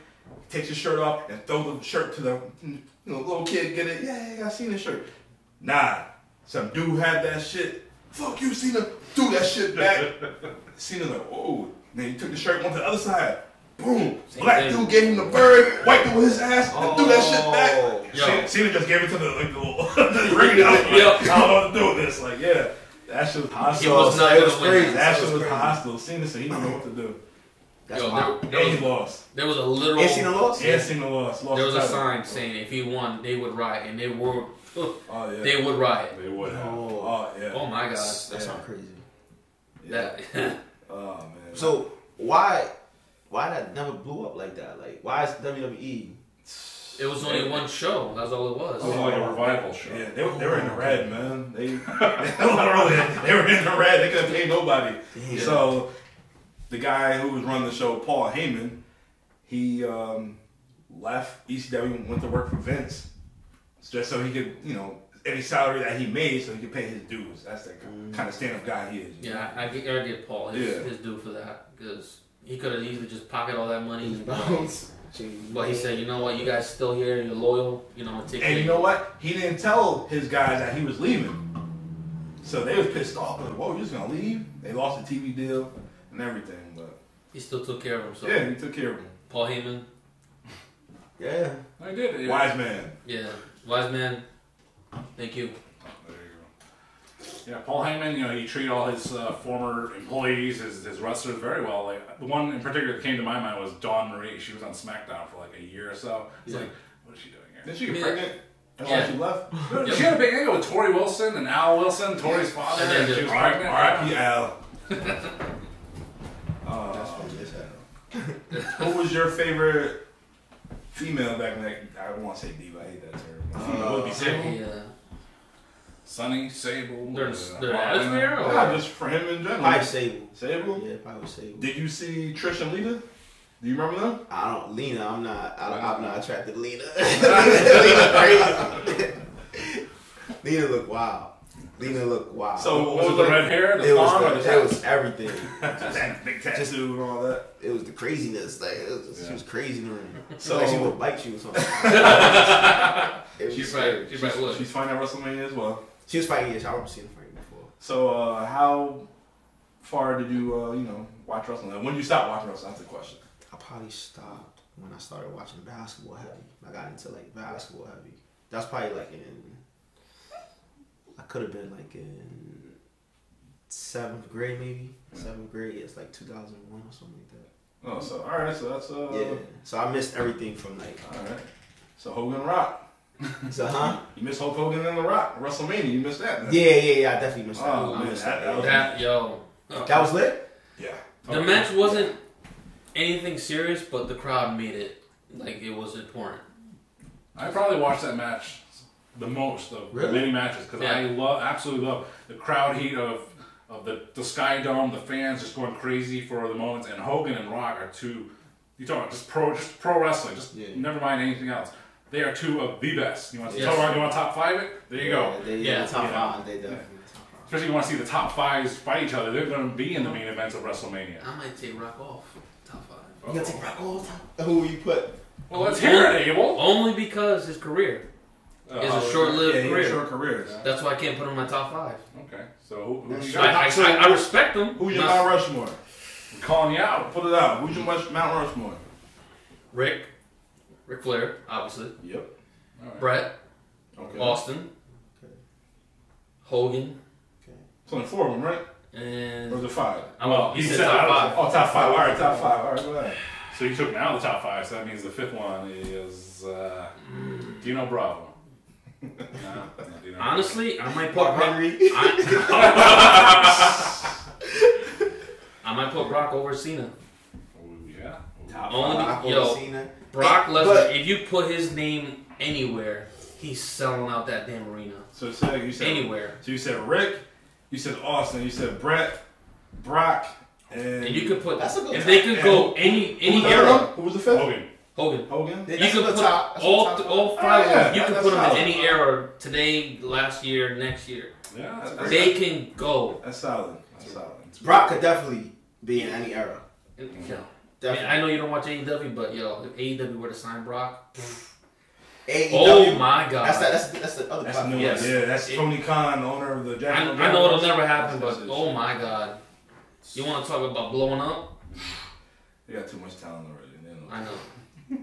takes his shirt off, and throws the shirt to the you know, little kid. Get it? Yeah, yeah, I seen this shirt. Nah, some dude had that shit. Fuck you, Cena. Do that shit
<laughs>
back. Cena's like, oh. Then he took the shirt, went to the other side. Boom.
Same
Black
thing.
dude gave him the bird, wiped it with his ass, and threw that shit
Oh.
back.
Yo.
Cena- Cena just gave it to the like the <laughs> little the ring now. Like,
Yo.
I don't know what to do with this. Like, yeah, that shit was hostile.
It was not
it was
gonna win.
crazy.
that
It
shit was
crazy.
hostile. Cena said he didn't know what to do.
That's
Yo,
wild.
there, there
And he
was,
lost.
there was a literal.
And Cena lost.
And Cena lost. lost
There was
the
a
title.
sign saying if he won, they would <laughs> riot, and they were.
Oh yeah.
They would riot.
They would have.
Oh,
oh yeah.
Oh my god.
that's that's
Yeah.
not crazy.
yeah.
That.
Oh man.
So why why that never blew up like that? Like why is E WWE?
<laughs> It was only one show. That's all it was.
It
Oh.
was like a revival show.
Yeah, they, they were in the red, man. They <laughs> literally they were in the red. They couldn't pay nobody.
Damn.
So the guy who was running the show, Paul Heyman, he um, left ECW and went to work for Vince, just so he could, you know, any salary that he made, so he could pay his dues. That's the kind of stand-up guy he is. you know?
Yeah, I, I get, I get Paul his,
Yeah.
his due for that because he could have easily just pocket all that money. and-
<laughs> Jeez.
But he said, you know what, you guys still here, you're loyal, you know, take
And
it.
you know what? He didn't tell his guys that he was leaving. So they was pissed off. Like, whoa, you're just gonna leave? They lost the TV deal and everything, but
He still took care of himself.
yeah, he took care of him.
Paul Heyman,
Yeah.
I did. It-
Wise man.
yeah, wise man. Thank you.
There you go. Yeah, Paul Heyman, you know, he treated all his uh, former employees, his, his wrestlers very well. Like the one in particular that came to my mind was Dawn Marie. She was on SmackDown for like a year or so. It's like, what is she doing here?
Did she get
Yeah.
pregnant? That's
Yeah.
why she left.
Dude, She had a big angle with Tori Wilson and Al Wilson, Tori's father,
And then
and she
just
was
R.I.P.
pregnant.
Al. <laughs> Uh,
That's funny as hell.
who was your favorite female back in that? I don't want to say diva. I hate that term. Uh, Female would be Sable.
Yeah.
Sonny, Sable.
uh, They're,
uh,
they're
Paul
out
Heyman.
there? Or?
Nah, just for him in general.
Probably Sable.
Sable.
Yeah, probably Sable.
Did you see Trish and Lita? Do you remember them?
I don't Lena. I'm not. I, I'm not attracted to Lena. Lena crazy. Lena look wild. Lena look wild.
So
Was it the red hair, the
it was
blonde, or
the,
the
it was everything.
<laughs> That big tattoo and all that.
It was the craziness. Like it was, she
Yeah.
was crazy in the ring. So
So-
like she would bite you or something. It was
She's
scary.
right, she's right, look.
She's fighting at WrestleMania as well.
She was fighting. Yes, I remember seeing her fighting before.
So uh, how far did you uh, you know watch wrestling? Like, when did you stop watching wrestling? That's the question.
I probably stopped when I started watching basketball heavy. I got into like basketball heavy. That's probably like in. I could have been like in seventh grade, maybe seventh grade. Yeah, it's like 2001 or something like
Oh, so all right, so that's uh,
that. Yeah. So I missed everything from like.
<laughs> all right. So Hogan Rock,
So huh?
you missed Hulk Hogan and The Rock WrestleMania. You missed that. then.
Yeah, yeah, yeah. I definitely missed that.
Oh,
I
man,
missed
that- that was-
That yo. Uh,
That was lit.
yeah.
the match wasn't anything serious, but the crowd made it like it was important.
I probably watched that match the most of
Really?
many matches because I
Yeah.
love, absolutely love the crowd heat of of the, the Sky Dome, the fans just going crazy for the moments, and Hogan and Rock are two. You talking about just pro, just pro wrestling, just
Yeah.
never mind anything else. They are two of the best. You want to
Yes.
talk about- you want to top five it? There you go.
Yeah, they,
Yeah,
yeah, top
yeah.
five. They definitely top five.
Especially you want to see the top fives fight each other. They're going to be in the main events of WrestleMania.
I might take Rock off top five.
Oh.
You gotta take Rock all time. Who you put?
Well, let's hear it, Abel. Oh,
Only because his career. It's a short-lived
Oh, yeah, he had
career.
Short careers.
That's why I can't put him in my top five.
Okay, so who, who you
I, I,
got?
I, I respect him.
Who your
Not-
Mount Rushmore?
I'm calling you out.
Put it out. Who's your Mount Mount Rushmore?
Rick. Ric Flair, obviously.
Yep.
Brett.
Okay.
Austin.
Okay.
Hogan.
It's only four of them, right? Or
And
the five?
I'm
Well,
up. He
he
said
said
top
I
five.
Oh, top five. All right, top five. All right, go ahead.
So you took now the top five, so that means the fifth one is uh, Dino Bravo. nah, not Dino Bravo.
Mm. <laughs> Honestly, I might put
Mark
Rock.
Henry.
I, <laughs> I might put Brock over Cena.
<laughs> Ooh, yeah. Ooh.
Top
Only
<laughs>
be-
five,
yo,
Cena.
Brock Lesnar.
But-
if you put his name anywhere, he's selling out that damn arena.
So say you said
Anywhere.
So you said Rick, you said Austin, you said Brett, Brock, and
And you could put
That's a good
if they could
top.
go
Who
any
was
any
the
era.
other one? Who was the fifth?
Hogan.
Hogan.
Hogan.
Yeah,
You
that's
could
the
put
top- that's the
all
top
th-
five.
all five.
Oh, yeah,
you could
that's
put them in
solid.
any era. Today, last year, next year.
Yeah, that's great.
That's-
They can go.
That's solid. That's solid.
Brock could definitely be in any era.
You know. I, mean,
Definitely.
I know you don't watch AEW, but yo, if AEW were to sign Brock,
AEW.
oh my god,
E That's that. That's that's the other.
That's a
platform.
new
Yes.
one. Yeah, that's
It-
Tony Khan, owner of the
I,
Jack.
I know it'll never happen, but oh my god, you want to talk about blowing up?
They got too much talent already. They don't know.
I know.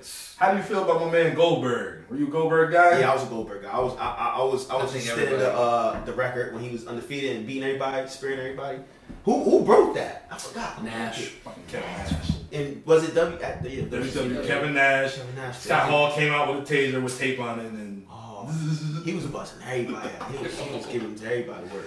<laughs>
How do you feel about my man Goldberg? Were you a Goldberg guy?
Yeah, I was a Goldberg guy. I was I, I, I was I
I
was
think
just sitting the
everybody-
uh, the record when he was undefeated and beating everybody, spearing everybody. Who who broke that? I forgot.
Nash.
Fucking Kevin Nash.
And was it W? At the, yeah,
WWE.
WCW.
Kevin Nash.
Kevin Nash.
Scott Hall came out with a taser with tape on it, and
Oh, he was busting everybody. Out. He was,
<laughs>
he was giving everybody work.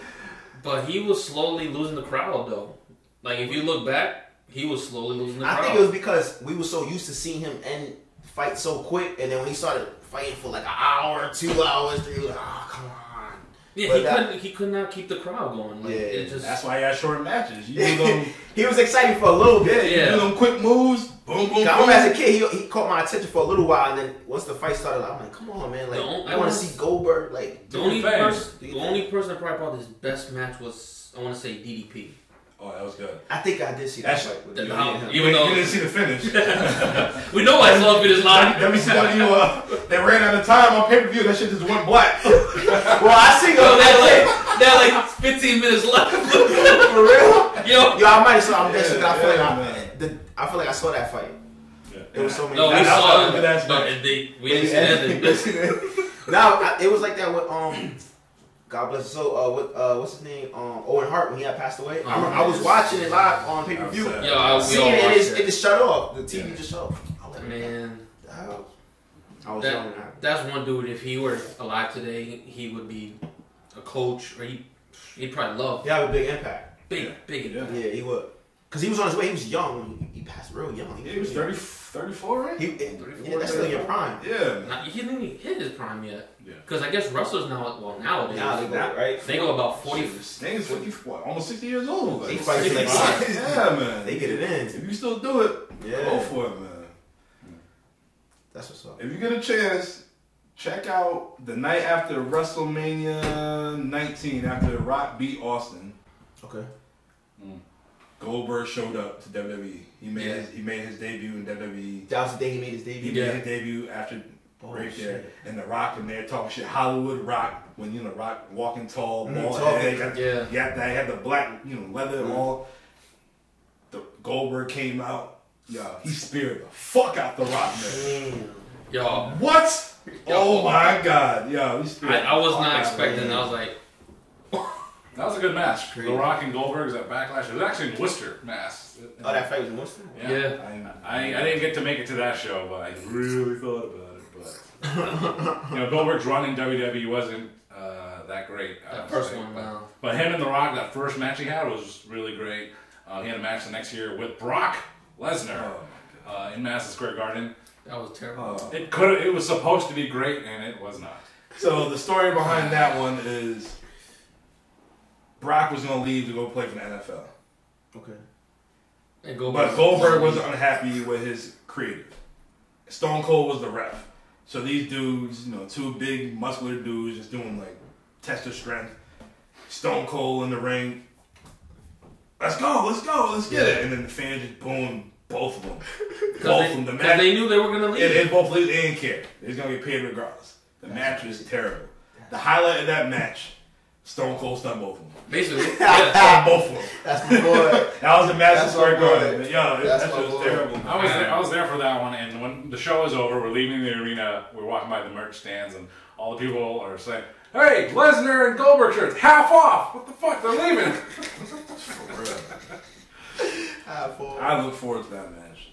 But he was slowly losing the crowd though. Like if you look back, he was slowly losing the
I
crowd.
think it was because we were so used to seeing him end fight so quick, and then when he started fighting for like an hour, two hours, three, we were like, oh come on.
yeah,
but
he
that-
couldn't. He could not keep the crowd going. Like
Yeah,
it just.
that's why he had short matches. You do them,
<laughs> he was excited for a little
yeah,
bit.
you do them quick moves, boom, boom, boom.
I remember as a kid, he, he caught my attention for a little while, and then once the fight started, I'm like, come on, man, like
The only-
I want to see Goldberg, like
the only
Fans.
person,
Do you
the
think-
only person that probably bought his best match was I want to say DDP.
Oh, that was good.
I think I did see that
That's-
fight with
that-
you
how-
and him.
You,
you- Even
ain't-
though-
you didn't see the
<laughs>
finish.
We know I love it is live.
Let me see when you uh, they ran out of time on pay per view. That shit just went
<laughs>
black.
Well, I see
<laughs> Yo,
him
they had
that
like they had like 15 minutes left. <laughs>
like <laughs> for real.
Yo,
Yo, I might have saw. I'm guessing
Yeah,
I feel
yeah,
like I, the, I feel like I saw that fight. It was so many.
no, we
That- that-
saw
that-
him.
that's
No,
nice.
and they, we didn't see that.
<laughs>
They-
now I, it was like that with um. God bless. his soul. uh, what, uh, what's his name? Um, Owen Hart when he had passed
Oh,
away. I, remember, I was watching it live on pay per view.
That was sad.
<laughs> Yo, I, we all
Seeing it, it,
watched
just- it
it.
just shut off. The TV
Yeah.
just shut off. I was like,
Man,
"Wow." I was young.
that, that's one dude. If he were alive today, he would be a coach, or he he'd probably love
He had a big impact.
big,
Yeah.
big.
Yeah.
Yeah, he would. Cause he was on his way. He was young. when He, he passed real young.
He was 30, 34, right?
He, yeah, that's still your prime.
Yeah.
Not, he didn't even hit his prime yet.
Yeah.
Because I guess wrestlers now, well nowadays,
Now they go right.
they go about 40.
Shit, Sting's 54, almost 60 years old.
They
Like,
fight
like
yeah,
six.
man.
They get it in.
if you still do it,
Yeah.
go for it, man.
That's what's up.
If you get a chance, check out the night after WrestleMania 19, after The Rock beat Austin.
Okay.
Goldberg showed up to WWE. He made
Yeah.
his, he made his debut in WWE.
That was the day he made his
He
debut.
made his debut after
Oh,
right there,
shit.
and The Rock in there talking shit. Hollywood Rock when you know Rock walking tall,
Mm-hmm.
Mm,
bald
tall.
head, got,
Yeah.
got that had the black you know leather and
Mm.
all. The Goldberg came out. Yeah, he speared the fuck out the Rock man.
Damn.
Mm-hmm.
Yo,
What? Oh my god! Yeah, he speared.
I, I was
the fuck
not
out of him.
expecting. I was like,
That was a good match.
Crazy.
The Rock and Goldberg's at Backlash. It was actually in Worcester, Mass.
Oh, that fight was in Winston.
Yeah.
Yeah.
I, I didn't get to make it to that show, but I really thought about it. But
<laughs>
you know, Goldberg's run in WWE wasn't uh, that great. I
That
don't
first
think,
one,
but,
no.
but him and The Rock, that first match he had was really great. Uh, he had a match the next year with Brock Lesnar uh, in Madison Square Garden.
That was terrible.
Uh,
It could it was supposed to be great, and it was not.
So the story behind that one is Brock was gonna leave to go play for the NFL,
Okay.
and Goldberg,
but Goldberg was unhappy with his creative. Stone Cold was the ref, so these dudes, you know, two big muscular dudes, just doing like test of strength. Stone Cold in the ring. Let's go, let's go, let's get it. And then the fans just booing both of
<laughs>
them. Both of them. The
because
match,
they knew they were gonna leave.
it, it both leagues, they didn't care. It's gonna get paid regardless. The match was terrible. The highlight of that match, Stone Cold stunned both
<laughs>
of them.
Basically, yeah.
Stunned both of them.
That's my boy. <laughs>
That was a Madison
That's
Square
my boy.
Garden. Yo, that
That's
shit
my
was
boy.
terrible.
I was there, I was there for that one, and when the show is over, we're leaving the arena. We're walking by the merch stands, and all the people are saying, "Hey, Lesnar and Goldberg shirts half off! What the fuck? They're leaving!" <laughs>
High four.
I look forward to that match.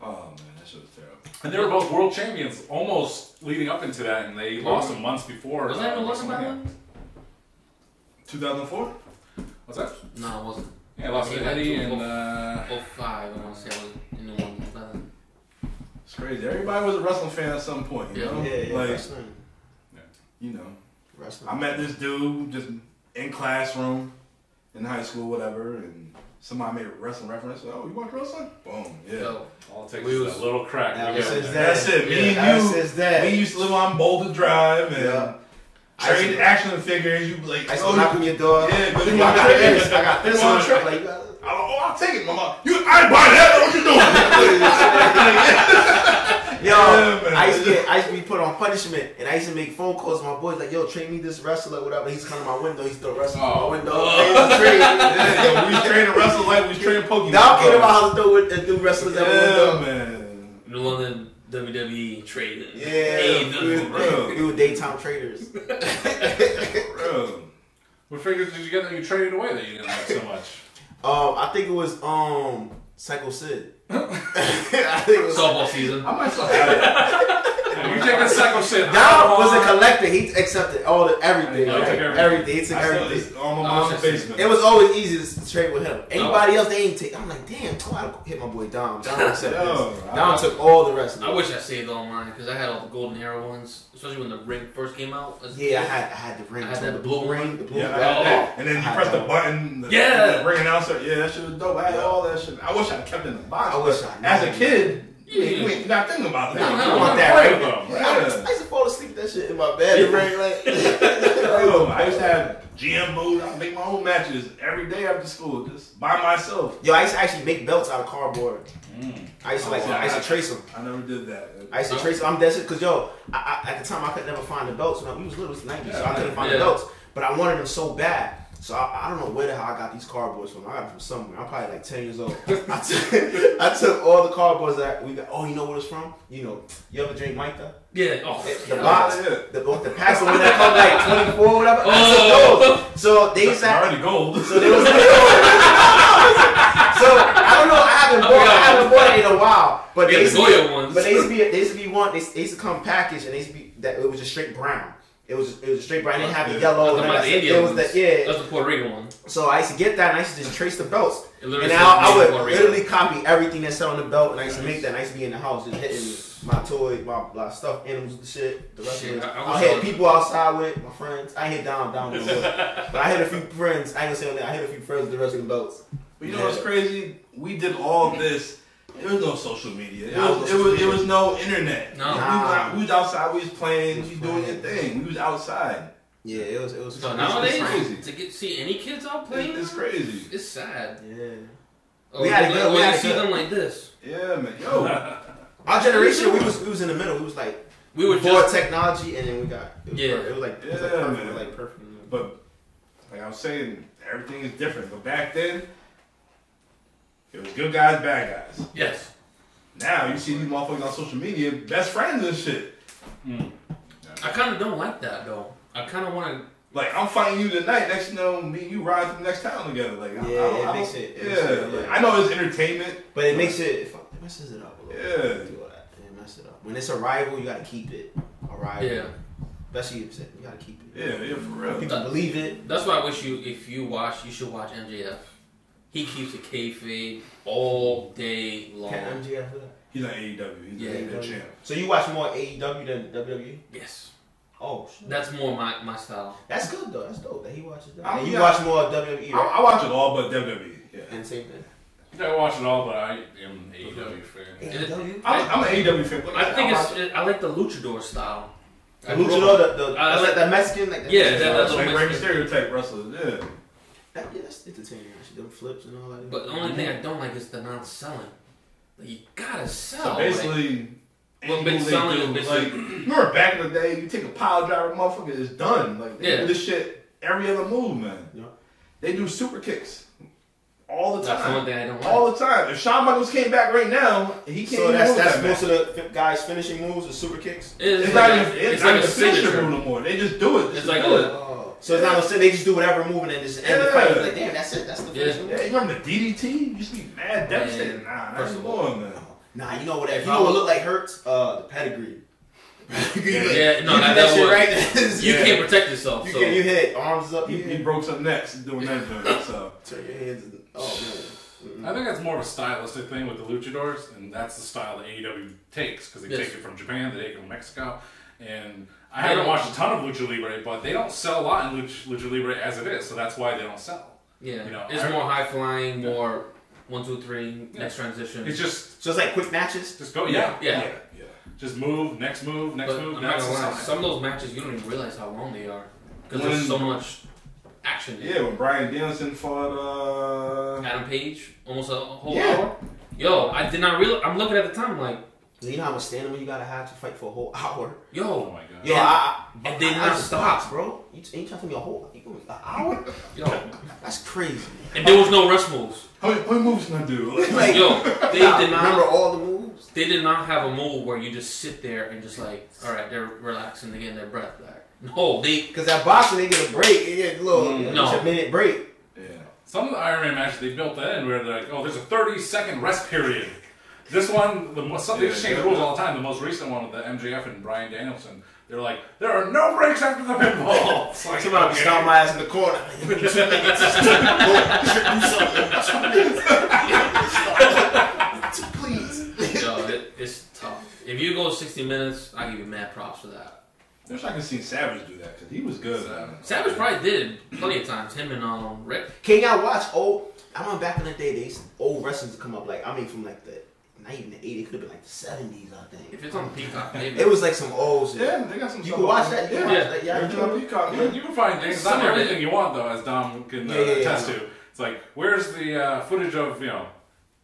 Oh man, that shit was terrible.
and they were both world champions, almost leading up into that, and they lost them months before.
was that
uh,
even Lesnar by
WrestleMania.
then?
2004?
What's that?
No, it wasn't.
Yeah, lost
Yeah,
to
like
Eddie
two-
and uh,
Oh five. I want to say I was in the one. with Lesnar.
It's crazy. Everybody was a wrestling fan at some point. You
Yeah.
know?
Yeah, yeah,
like,
wrestling.
you know.
Wrestling.
I met this dude just in classroom, in high school, whatever, and somebody made a wrestling reference. Oh, you watch wrestling? Boom. Yeah.
So
all it takes
We
is
was-
that little crack.
That
We
was
got
his
there.
dad.
That's it. Me
Yeah,
and you.
that's that.
We used to live on Boulder Drive and
Yeah.
trade
I-
action figures. You be like,
I used
oh,
to knock on your door.
Yeah, but
I
you got
got
it.
this. I got this
You
on
want
track.
it?
Like, uh, you got it.
I don't, oh, I'll take it, mama. You, I ain't buy that. What you doing? <laughs>
<laughs> yo,
Yeah, man.
I used to get, I used to be put on punishment, and I used to make phone calls. to My boys like, yo, train me this wrestler, whatever. He's coming to my window. He's still wrestling
Oh.
oh. my window.
<laughs>
Train, train.
yeah, yo, we was training wrestle like we was training Pokemon.
Now I came to my house door with the new wrestlers at my
Yeah,
window.
man.
the London WWE trading.
Yeah, we
AEW.
were, <laughs> we were daytime traders.
For real.
What figures did you get that you traded away that you didn't like so much?
Um, I think it was um Psycho Sid. <laughs>
<laughs>
I think it was.
Softball season.
I might still have it.
Yeah, you take a psycho shit.
Dom was a collector. He accepted all the everything.
Yeah, he took everything.
everything. He took
I still,
everything.
it's on my mom's basement.
It was always easy to trade with him. Anybody else, they ain't take. I'm like, damn, I gotta hit my boy Dom. Dom accepted
Yo,
this. Dom took all the rest of it.
I wish I saved all mine because I had all the golden arrow ones, especially when the ring first came out. as a
Yeah, I
kid.
had, I had the ring.
I had
too.
that
the
blue
blue
one.
ring. The blue
Yeah, I
ring.
had that.
Oh.
And then you
I
press
had
the
that.
button, the,
Yeah.
the ring announcer. Yeah, that shit was dope. I had
Yeah.
all that shit. I wish I kept it in the box.
I wish
but
I
As a
knew.
kid, you
Yeah.
ain't, you ain't not thinking about
No,
that.
no,
you want
no.
that
Play
ring.
with them,
I,
Yeah.
used, I used to fall asleep with that shit in my bed. The
<laughs>
ring, like. <laughs>
Yo, I used to have GM mode. I make my own matches every day after school, just by myself.
Yo, I used to actually make belts out of cardboard. I used to like,
Oh, wow.
I used to trace them.
I never did that.
I used to trace. I'm that shit because yo, I, I, at the time I could never find the belts. When I, we was little, it was the 90s, so I couldn't find
Yeah.
the belts. But I wanted them so bad. So I, I don't know where the hell I got these cardboards from. I got them from somewhere. I'm probably like 10 years
<laughs>
old. I took- I took all the cardboards that we got. Oh, you know what it's from? You know, you ever drink Micah?
Yeah. Oh,
The
yeah.
box,
yeah.
the, the packs, the one that come like 24 or whatever.
Oh.
I took those. So they used to have,
already gold.
so
<laughs>
there was no. <laughs> so I don't know. I haven't bought. I haven't bought it in a while. But
Yeah,
they
the
used to
Goya
be,
ones.
But they used to be. They used to be one. They, they used to come packaged, and they used to be that it was just straight brown. It was just, it was straight brown. It didn't have the
Yeah.
yellow.
That's
and
the,
all
about
that
the
stuff.
Indian
It was
ones.
the yeah.
That's the Puerto Rican one.
So I used to get that, and I used to just trace the belts.
It
And
literally
now
says
I would
Puerto Rican.
literally copy everything that's on the belt, and I used to make that. And I used to be in the house just hitting my toys, my, my stuff, animals, the shit, the rest
Shit,
of it.
I- I
I,
was
hit
on-
people outside with my friends. I hit down, down, no more. but I hit a few friends. I ain't gonna say on that. I hit a few friends with the rest of the belts.
But you know what's crazy? We did all this. There was no social media. It
Nah,
was, it was, it was no internet.
No.
We, was out- we was outside. We was playing. We was doing your thing. We was outside.
Yeah, it was. It was.
So
fun.
nowadays,
It's
crazy.
to get see any kids out playing,
It's, it's crazy.
it's sad.
fun. yeah.
Oh,
We had a
like,
good- we
oh,
had
you
a
see
good-
them like this.
Yeah, man. <laughs> Yo,
Our generation, we was we was in the middle. We was like
We were
before
just
technology, and then we got it was
Yeah.
yeah. It was like it was like
Yeah,
perfect. It
man.
was like perfect.
but like I was saying, everything is different. But back then, it was good guys, bad guys.
yes.
Now you see these motherfuckers on social media, best friends and shit.
I kind of don't like that though. I kind of want to
Like I'm fighting you tonight. Next, you know, me and you ride to the next town together. Like, I- I,
Yeah,
don't-
it
I
makes
don't-
it- it
Yeah,
makes it,
like,
yeah.
I know it's entertainment.
But it makes it, it fuck- it messes it up a little
Yeah.
bit. Do all that. It messes it up. When it's a rival, you gotta keep it a rival.
Yeah.
Especially if it's you gotta keep it.
Yeah, yeah, for real.
People believe it.
That's why I wish you, if you watch, you should watch MJF. He keeps the kayfabe all day long.
Can MJF do that?
He's not AEW. He's
Yeah,
not
AEW.
the champ.
So you watch more AEW than WWE?
Yes,
Oh, shit.
that's more my, my style.
that's good though. That's dope that he watches that.
I-
And you
yeah.
watch more WWE,
I,
E, right?
I watch it all, but WWE. Yeah,
and same thing.
I watch it all, but I am a AEW fan.
AEW.
I'm, I'm an AEW fan. But
I think
I
it's it, I like the luchador style.
The
I grew up-
luchador, the, the,
I
that's
like-
like that Mexican, like that
Yeah,
Mexican
that- that's
style.
like
what
Rey
makes
Mysterio type wrestlers. Yeah,
That- yeah, that's entertaining. Actually, them flips and all that.
But the only thing I don't like is the non-selling. Like, you gotta sell.
so
Oh, like-
basically.
Well,
anything
been
they
selling
do,
is
like,
basically-
remember back in the day, you take a pile driver, motherfucker, it's done. Like, they
Yeah.
do this shit every other move, man.
Yeah.
They do super kicks all the
That's the
time.
one thing I don't like.
All the time. If Shawn Michaels came back right now, he can't.
so that's
move
that's
that
most
man.
of the fi- guys' finishing moves, the super kicks.
It's,
It's
like
not even.
a,
It's,
it's
not
like a
even signature
signature.
move no more. They just do it. Just
It's like
do
a-
it.
Oh, so it's not no They just do whatever move and then just end the fight. It's like, damn, that's it. That's the finish
Yeah.
move.
Yeah, you remember the DDT? You used to be mad devastated. Nah, that's
First of all-
more, man.
Nah, you know what? That, you know what look like hurts? Uh, the pedigree.
Yeah, no,
you
that-
do
that
shit
one.
<laughs> right.
You
Yeah.
can't protect yourself.
You,
so
can, you hit arms up.
He,
You
he broke some necks doing that joke. So
turn your hands. and- Oh man.
I think that's more of a stylistic thing with the luchadors, and that's the style that AEW takes because they
Yes.
take it from Japan, they take it from Mexico, and I
They
haven't
don't-
watched a ton of lucha libre, but they don't sell a lot in lucha, lucha libre as it is, so that's why they don't sell.
yeah,
you know,
it's
I-
more high flying, more one, two, three,
Yeah.
next transition.
It's just
So it's like quick matches.
just go yeah
<laughs> Yeah.
yeah.
just move next move next
but
move
I'm not
next.
gonna
and
lie,
so on.
some of those matches you don't even realize how long they are because
When-
there's so much action. in it.
Yeah, when Brian Danielson fought, uh,
Adam Page, almost a whole
Yeah.
hour. Yo, I did not realize. I'm looking at the time like,
Do you know how much stamina you gotta have to fight for a whole hour?
Oh
yo,
my god!
Yo,
And-
I, I,
and they
I- I
not
just
stop.
stopped, bro. You t- ain't trying to me a whole you going- an hour?
yo,
That's crazy.
and there was no rush moves.
how many, how many moves can I do? Like,
Like,
Yo, they
nah,
did
remember
not.
all the moves.
They did not have a move where you just sit there and just like, all right, they're relaxing, they're getting their breath back. No, they
Cause that boxing, they get a break. They get a little,
Mm,
no.
just a minute break.
<laughs> yeah.
Some of the Iron Man matches they built that in where they're like, oh, there's a 30 second rest period. This one, the mo- some, they
Yeah,
change
yeah.
rules all the time. The most recent one with the MJF and Brian Danielson, they're like, there are no breaks after the pinfall. It's like,
Somebody
okay.
stop my ass in the corner. <laughs> Like, you should- you should- Please.
yo, it, it's tough. If you go 60 minutes, I give you mad props for that.
I wish I could see Savage do that because he was good. man.
Savage probably did it plenty of times. Him and um Rick.
Can y'all watch old? I remember back in the day, they used old wrestlers to come up like I mean from like the not even the 80s, it could have been like the 70s, I think.
If it's on Peacock, maybe.
It was like some old shit.
Yeah, they got some.
You
stuff
can watch
on-
that. You
Yeah,
can
Yeah.
watch that. Yeah, I
Original
remember.
Peacock,
You
man.
you can find things,
Some
not
of
everything
it.
you want though, as Dom can uh,
Yeah, yeah, yeah,
attest
I know.
to. It's like, where's the uh, footage of you know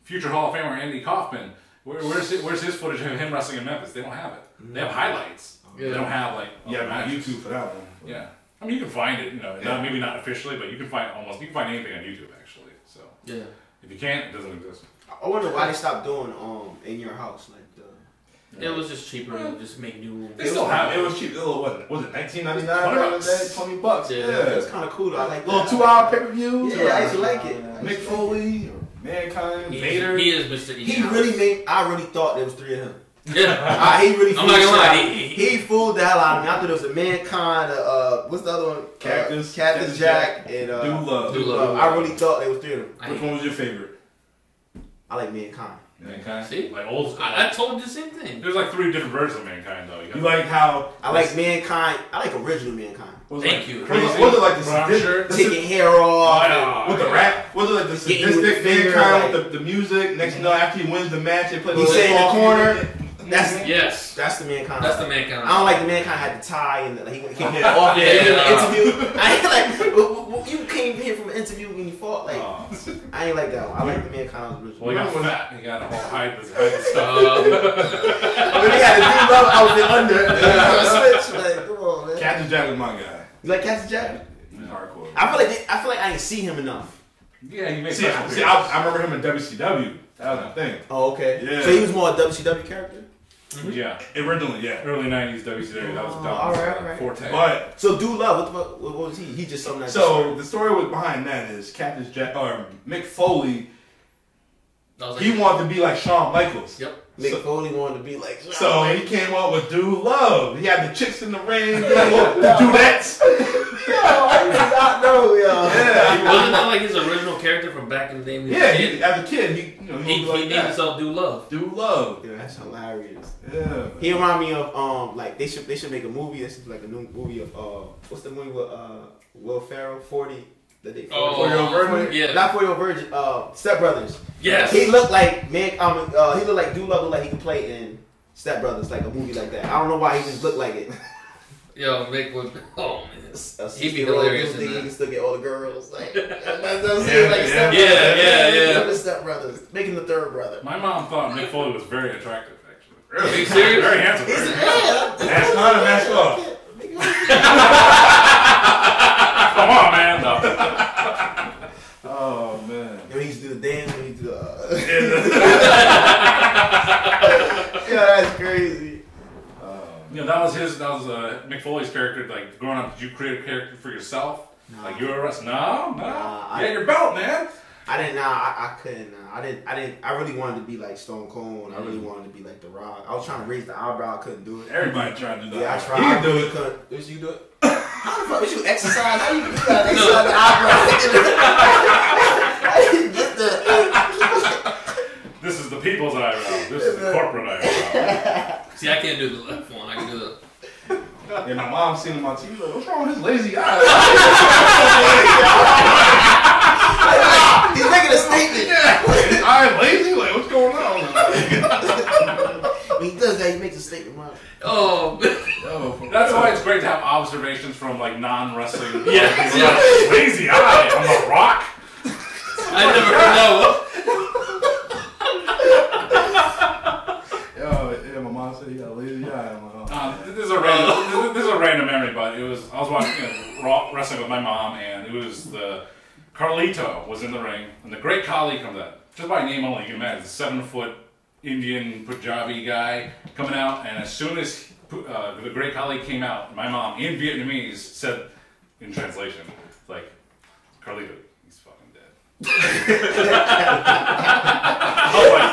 future Hall of Famer Andy Kaufman? Where, where's his, where's his footage of him wrestling in Memphis? They don't have it. They have highlights. They
Yeah.
don't have like
Yeah,
other
man,
matches.
YouTube for that one.
Yeah, I mean you can find it. You know,
Yeah.
not, maybe not officially, but you can find almost you can find anything on YouTube actually. So
yeah.
if you can't, it doesn't exist.
I wonder why they stopped doing um in your house like the.
It was just cheaper to just make new ones.
They still have it.
It was cheap. It was, what was it? Nineteen ninety
Twenty
nine.
bucks.
Twenty bucks.
Yeah.
Yeah.
It was kind of cool. though. I like
Little
that.
two hour pay per views.
Yeah, I used to like it.
uh, Mick Foley, Mankind,
He is-
Vader.
He is Mr. Easy.
He really made. I really thought there was three of him.
Yeah.
I, he really.
I'm
fooled
not gonna
the
lie,
shit out-
he-
He, fooled the hell out of me. I thought it was a mankind. Uh, uh, what's the other one?
Cactus,
Uh,
Cactus
Cactus Jack, and uh,
Do love.
Dude
Dude
Love.
Love. I really thought there was three of them.
I
Which
hate-
one was your favorite?
I like mankind.
Mankind.
See?
Like old.
I, I told you the same thing.
there's like three different versions of mankind though.
You like how?
I like mankind. I like original mankind.
Was
Thank
it
you.
Crazy.
Crazy.
Was it like the
Brown
sadistic?
shirt.
the
Taking hair off.
Oh,
With the
yeah.
rap, was it like the
Getting with
sadistic
the finger,
mankind
like-
with the, the music? Next, you know, after he wins the match, they play.
He
the
sat in the
soft
corner.
music.
That's
Yes.
that's the mankind.
That's the mankind.
I don't like the mankind had the tie and the, like, he went
<laughs>
he went off
Yeah.
there in the interview. I ain't like w- w- w- you came here from an interview when you fought like
Oh.
I ain't like that one. I like the mankind original.
Well, he got
Remember when-
fat. He got to hide this hide this stuff.
Uh,
But they had a dude love
<laughs>
<laughs> outfit under. uh, switch. Like, come on, man.
Captain Jack was my guy.
You like Captain Jack?
He's hardcore.
I feel like they, I feel like I didn't see him enough.
Yeah, he makes
See, I, see I, I remember him in WCW. That was the thing.
Oh, okay.
Yeah.
So he was more a WCW character.
Yeah.
Originally, yeah.
Early 90s WCW. That was
Oh,
that
all
was,
right,
uh,
all right.
forte.
But
So do love. What, the fuck- what, what was he? He just something that.
So the story was behind that is Captain Jack or Mick Foley.
I was like,
He wanted to be like Shawn Michaels.
Yep.
Mick
so-
Foley wanted to be like.
<laughs> So he came up with "Do Love." He had the chicks in the ring, the <laughs> dudettes.
yo, I did not know,
<laughs>
yo.
Yeah, he was-
Wasn't that like his original character from back in the day? when he was a
yeah.
kid?
He, as a kid, he you know
He,
he,
he
was like
named
that.
himself Do Love.
"Do Love."
Yo, that's hilarious.
Yeah.
He remind me of um like they should they should make a movie that's just like a new movie of uh what's the movie with uh Will Ferrell forty the day
Oh,
40
um,
Virgin
yeah.
not forty year old virgin uh Step Brothers
Yes.
he looked like Meg um uh, he looked like Dula looked like he could play in Step Brothers like a movie like that I don't know why he just looked like it <laughs>
Yo, Mick would. Oh man. He'd
A
be
60-year-old dude
hilarious in
think he
that.
can still get all the girls
<laughs>
like that's that's what I'm
Yeah,
saying like
yeah.
Step
Yeah,
Brothers
yeah,
Look
yeah.
at the Step Brothers making the third brother
My mom thought Mick Foley was very attractive, actually.
Are you serious?
<laughs> Very handsome.
he's a
very-
man
That's not a mask off.
<laughs> Come on, man. No.
Oh <laughs> man.
Yo, he used to do the dance when he used to do the uh, <laughs>
Yeah.
yeah that's crazy.
Oh,
You know, that was his, that was uh, Mick Foley's character. Like, growing up, did you create a character for yourself? Like, you were a wrestler? No, no.
Nah, I-
yeah, your belt, man.
I didn't. Nah, I, I couldn't. Nah, I didn't. I didn't. I really wanted to be like Stone Cold. I really
Mm.
wanted to be like The Rock. I was trying to raise the eyebrow. I couldn't do it.
everybody tried to do that.
Yeah, I tried.
He can
I
do
really
it.
Couldn't. Did you do it? <coughs> How the fuck did you exercise? How you do that? They saw the eyebrow. How you get the?
This is the people's eyebrow. This is the corporate eyebrow.
See, I can't do the left one. I can do the.
And my mom seen him on TV. Like, What's wrong with his lazy <laughs> eyes?
He's making a statement.
His eye lazy. Like what's going on?
When he does that, he makes a statement. Wow.
Oh. <laughs>
Yo, for
That's
real.
why it's great to have observations from, like, non wrestling.
Yes, yes.
Lazy eye. I'm a rock.
I never heard that one.
Yo, yeah, my mom said he got a lazy eye. I'm like, oh.
Um, this is a random. This is a random memory, but it was I was watching you know, Raw wrestling with my mom, and it was the Carlito was in the ring, and the Great Khali comes out. Just by name only, you can imagine. Seven foot Indian Punjabi guy coming out, and as soon as uh, the Great Khali came out, my mom in Vietnamese said, in translation, like, "Carlito, he's fucking dead." <laughs> I was like,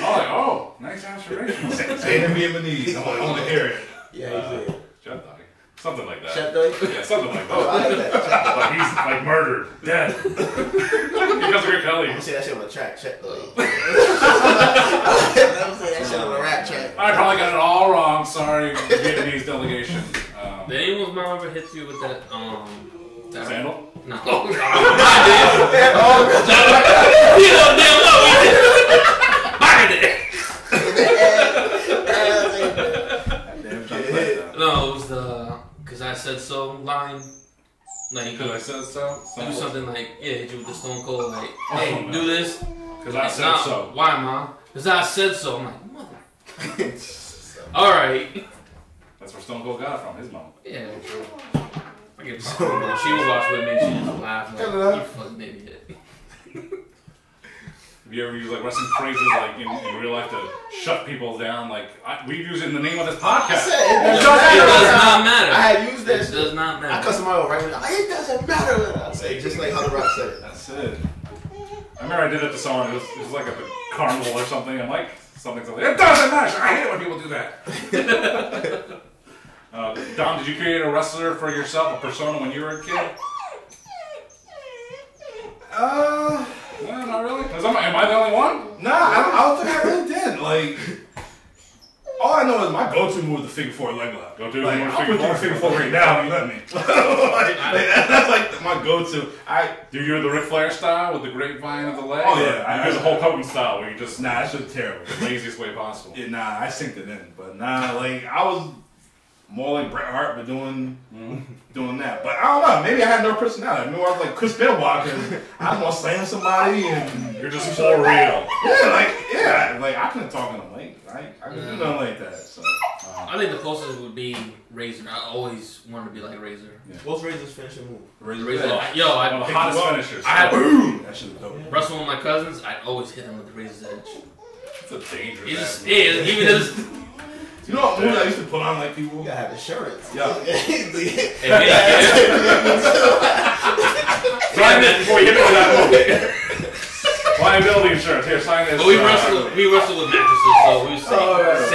I was like, "Oh, nice observation." <laughs>
Say it in Vietnamese.
"Oh,
I'm like, I want to hear it.
<laughs> Yeah, he did.
Shut die. Something like that.
Chef Dog.
yeah, something like
Oh,
that.
I like that.
like he's like murdered, dead. because of Rick Kelly.
I'm gonna say that shit on a track. Check <laughs> Dog. I'm gonna say that shit on a rap <laughs> track.
I probably got it all wrong. Sorry, Vietnamese delegation. Um,
Did anyone's mom ever hit you with that? Um. That
sandal?
No. <laughs> Oh, God. I
<laughs>
did. <laughs> you know damn well we did. <laughs> I did.
Damn, trying to play that.
No, it was the because I said so line. Like,
Because I said so.
do something like, yeah, hit you with the stone cold, like,
Oh,
hey,
man.
do this.
Because I said
Nah,
so.
Why, mom? Because I said so. I'm like, mother.
<laughs>
All right.
That's where Stone Cold got it from. His mom.
Yeah. I get my mom. She would watch with me. She just laugh like, you fucking idiot.
Have you ever used like wrestling phrases like in, in real life to shut people down? Like I, we've used it in the name of this
I
podcast.
said, it
It
doesn't
does-
It does
matter.
not
I
matter.
had used that
It
shit.
does not
I
matter.
cut somebody off right now. It doesn't matter. I say just like how the rock said it.
That's it.
I remember I did that to someone. It was, it was like at the carnival or something. I'm like, something, something. It doesn't matter. I hate it when people do that. uh, Dom, did you create a wrestler for yourself, a persona, when you were a kid?
Uh,
No, not really. 'Cause I'm- am I the only one?
nah, I don't, I don't think I really did. Like, all I know is my go-to move is the figure four leg lock.
Go-to
like,
move is
I'll
figure
put you in
four.
figure four right now. if You let me. <laughs> like, that- that's like my go-to. I
Dude, you're the Ric Flair style with the grapevine of the leg.
Oh, yeah.
I the Hulk Hogan style where you just
nah, that shit's terrible.
the laziest way possible.
Yeah, nah, I synced it in, but nah, like I was more like Bret Hart, but doing doing that. But I don't know. Maybe I had no personality. Maybe I was like Chris Benoit, because I'm gonna slam somebody and
You're just for real.
yeah, like yeah, like I couldn't talk in a lane. I I could do nothing like that. So
I think the closest would be Razor. I always wanted to be like Razor.
What's Razor's finishing move?
razor,
Razor,
razor,
yo,
One of
I
the hottest finishers.
I had
boom. That shit was dope.
wrestle with my cousins. I'd always hit them with the razor's edge.
It's a dangerous.
It just
atmosphere.
is. Even though it's-
You know what movies I used to put on like people?
You gotta have insurance.
Yeah.
Hey, man, yeah.
Sign this before you hit me with <laughs> that movie. Liability insurance. Here, sign this.
But we
uh,
wrestled. We wrestled with mattresses, so we were safe.
Oh,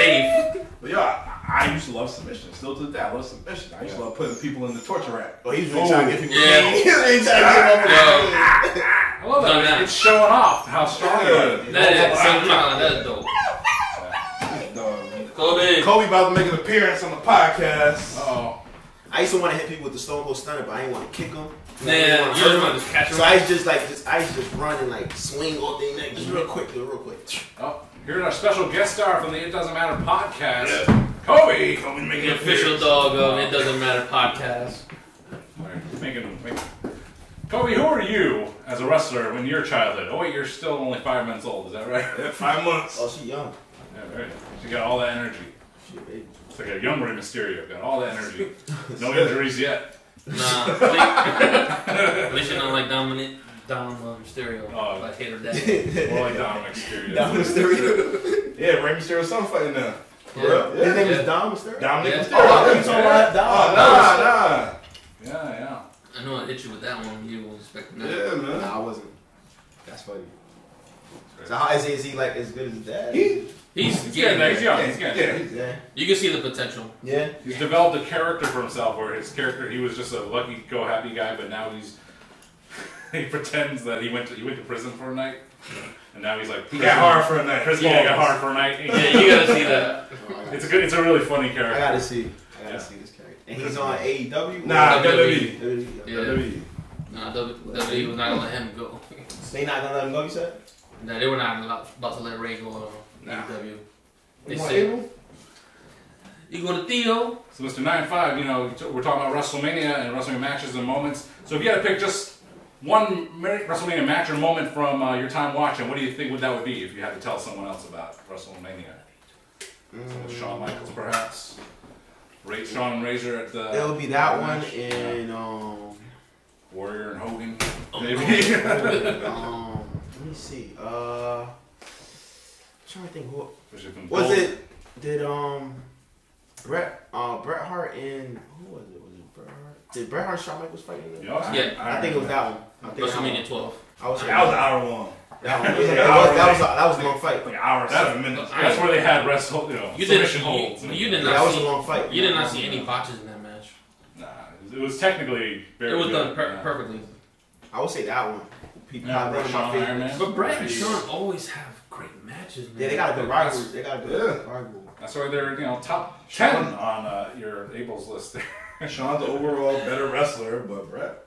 safe.
But yeah, I, I used to love submission. Still to that, I love submission. I used to love putting people in the torture
<laughs>
rack.
<laughs> But he's really trying to get people.
Yeah.
He's really trying to get people.
Yeah.
I love that.
Done that.
It's showing off how strong you are.
Yeah.
That is so nah, That is dope.
Um,
Kobe.
Kobe about to make an appearance on the podcast.
Oh,
I used to want to hit people with the Stone Cold Stunner, but I didn't want to kick them.
Man, you just want to just catch
So
him.
I used to just like just I used to just run and like swing all day night, just real quick, real quick.
oh. Here's our special guest star from the It Doesn't Matter podcast, Kobe.
Kobe making
The official dog of It Doesn't Matter podcast.
Alright, Make it, make it. Kobe, who were you as a wrestler when your childhood? Oh wait, you're still only five months old. Is that right? <laughs>
Yeah, five months.
Oh, she young.
Yeah, right. She got all that energy.
She a <laughs> baby.
It's like a young Rey Mysterio. Got all that energy.
<laughs>
No injuries yet.
Nah. At <laughs> least- at least you're not like Dominic. Dom um, Mysterio.
Oh.
Like hit or
<laughs>
that.
More like Dominic Mysterio.
Dom Mysterio.
Yeah, Rey Mysterio's son fighting now. For
Yeah.
real?
His
Yeah.
name
Yeah.
is Dom Mysterio.
Dominic
Yeah.
Mysterio.
Oh, I thought you were talking about
Oh,
Dom.
nah,
Yeah, yeah.
I know I hit you with that one. You won't expect
nah.
that.
Yeah, man.
Nah, I wasn't. That's funny. So how is he, is he like as good as his dad?
He,
He's
He's getting
getting
there. He's
there.
young. He's getting there.
yeah.
yeah.
You can see the potential.
Yeah.
He's developed a character for himself where his character he was just a lucky go happy guy, but now he's <laughs> he pretends that he went to he went to prison for a night. And now he's like
He got hard for a night.
Chris Paul
Yeah,
got
yes.
hard for a night.
<laughs> Yeah, you gotta see that.
It's a good it's a really funny
I
character.
gotta see. I gotta
Yeah.
see this character. And he's on E AEW.
Nah, E.
WWE.
WWE.
WWE.
Yeah.
E.
Nah, WWE was not gonna let him go.
They not gonna let him go. You said?
Nah, they were not allo- about to let Ray go on
Nah.
AEW. They
You want
said-
Abel?
You go to Theo.
So Mr. 95, you know, t- we're talking about WrestleMania and WrestleMania matches and moments. So if you had to pick just one mer- WrestleMania match or moment from uh, your time watching, what do you think would that would be if you had to tell someone else about WrestleMania? Someone Oh, Shawn Michaels, perhaps. Ray, Shawn Razor at the.
It'll be that one
match.
and um,
Warrior and Hogan,
Oh.
maybe. <laughs>
um. Let me see. Uh, I'm trying to think. Who
Which is from
was
Gold-
it? Did um, Bret uh Bret Hart and who was it? Was it Bret Hart? Did Bret Hart and Shawn Michaels fight? in it?
You know,
Yeah.
I think it was that one. I think that one.
WrestleMania 12.
I was
That was an hour long.
that one. Yeah, that was that was a, that was a long fight.
Like an hour and seven minutes.
That's where they had wrestle, you know,
You didn't.
submission holds.
You, you did
that
not
was a
see.
long fight.
You did not see any botches in that match.
Nah, it was technically very
It was done
good.
per-
yeah.
perfectly.
I would say that one. People
Yeah,
have one of my
Shawn
favorites.
Iron Man.
But Brad and
Nice.
Sean always have great matches, man.
Yeah, they got a good rivalry. They got a good rivalry.
That's why they're you know top ten
Sean.
on uh, your Abel's list.
<laughs>
There. <laughs>
Sean's an overall better wrestler, but Brett.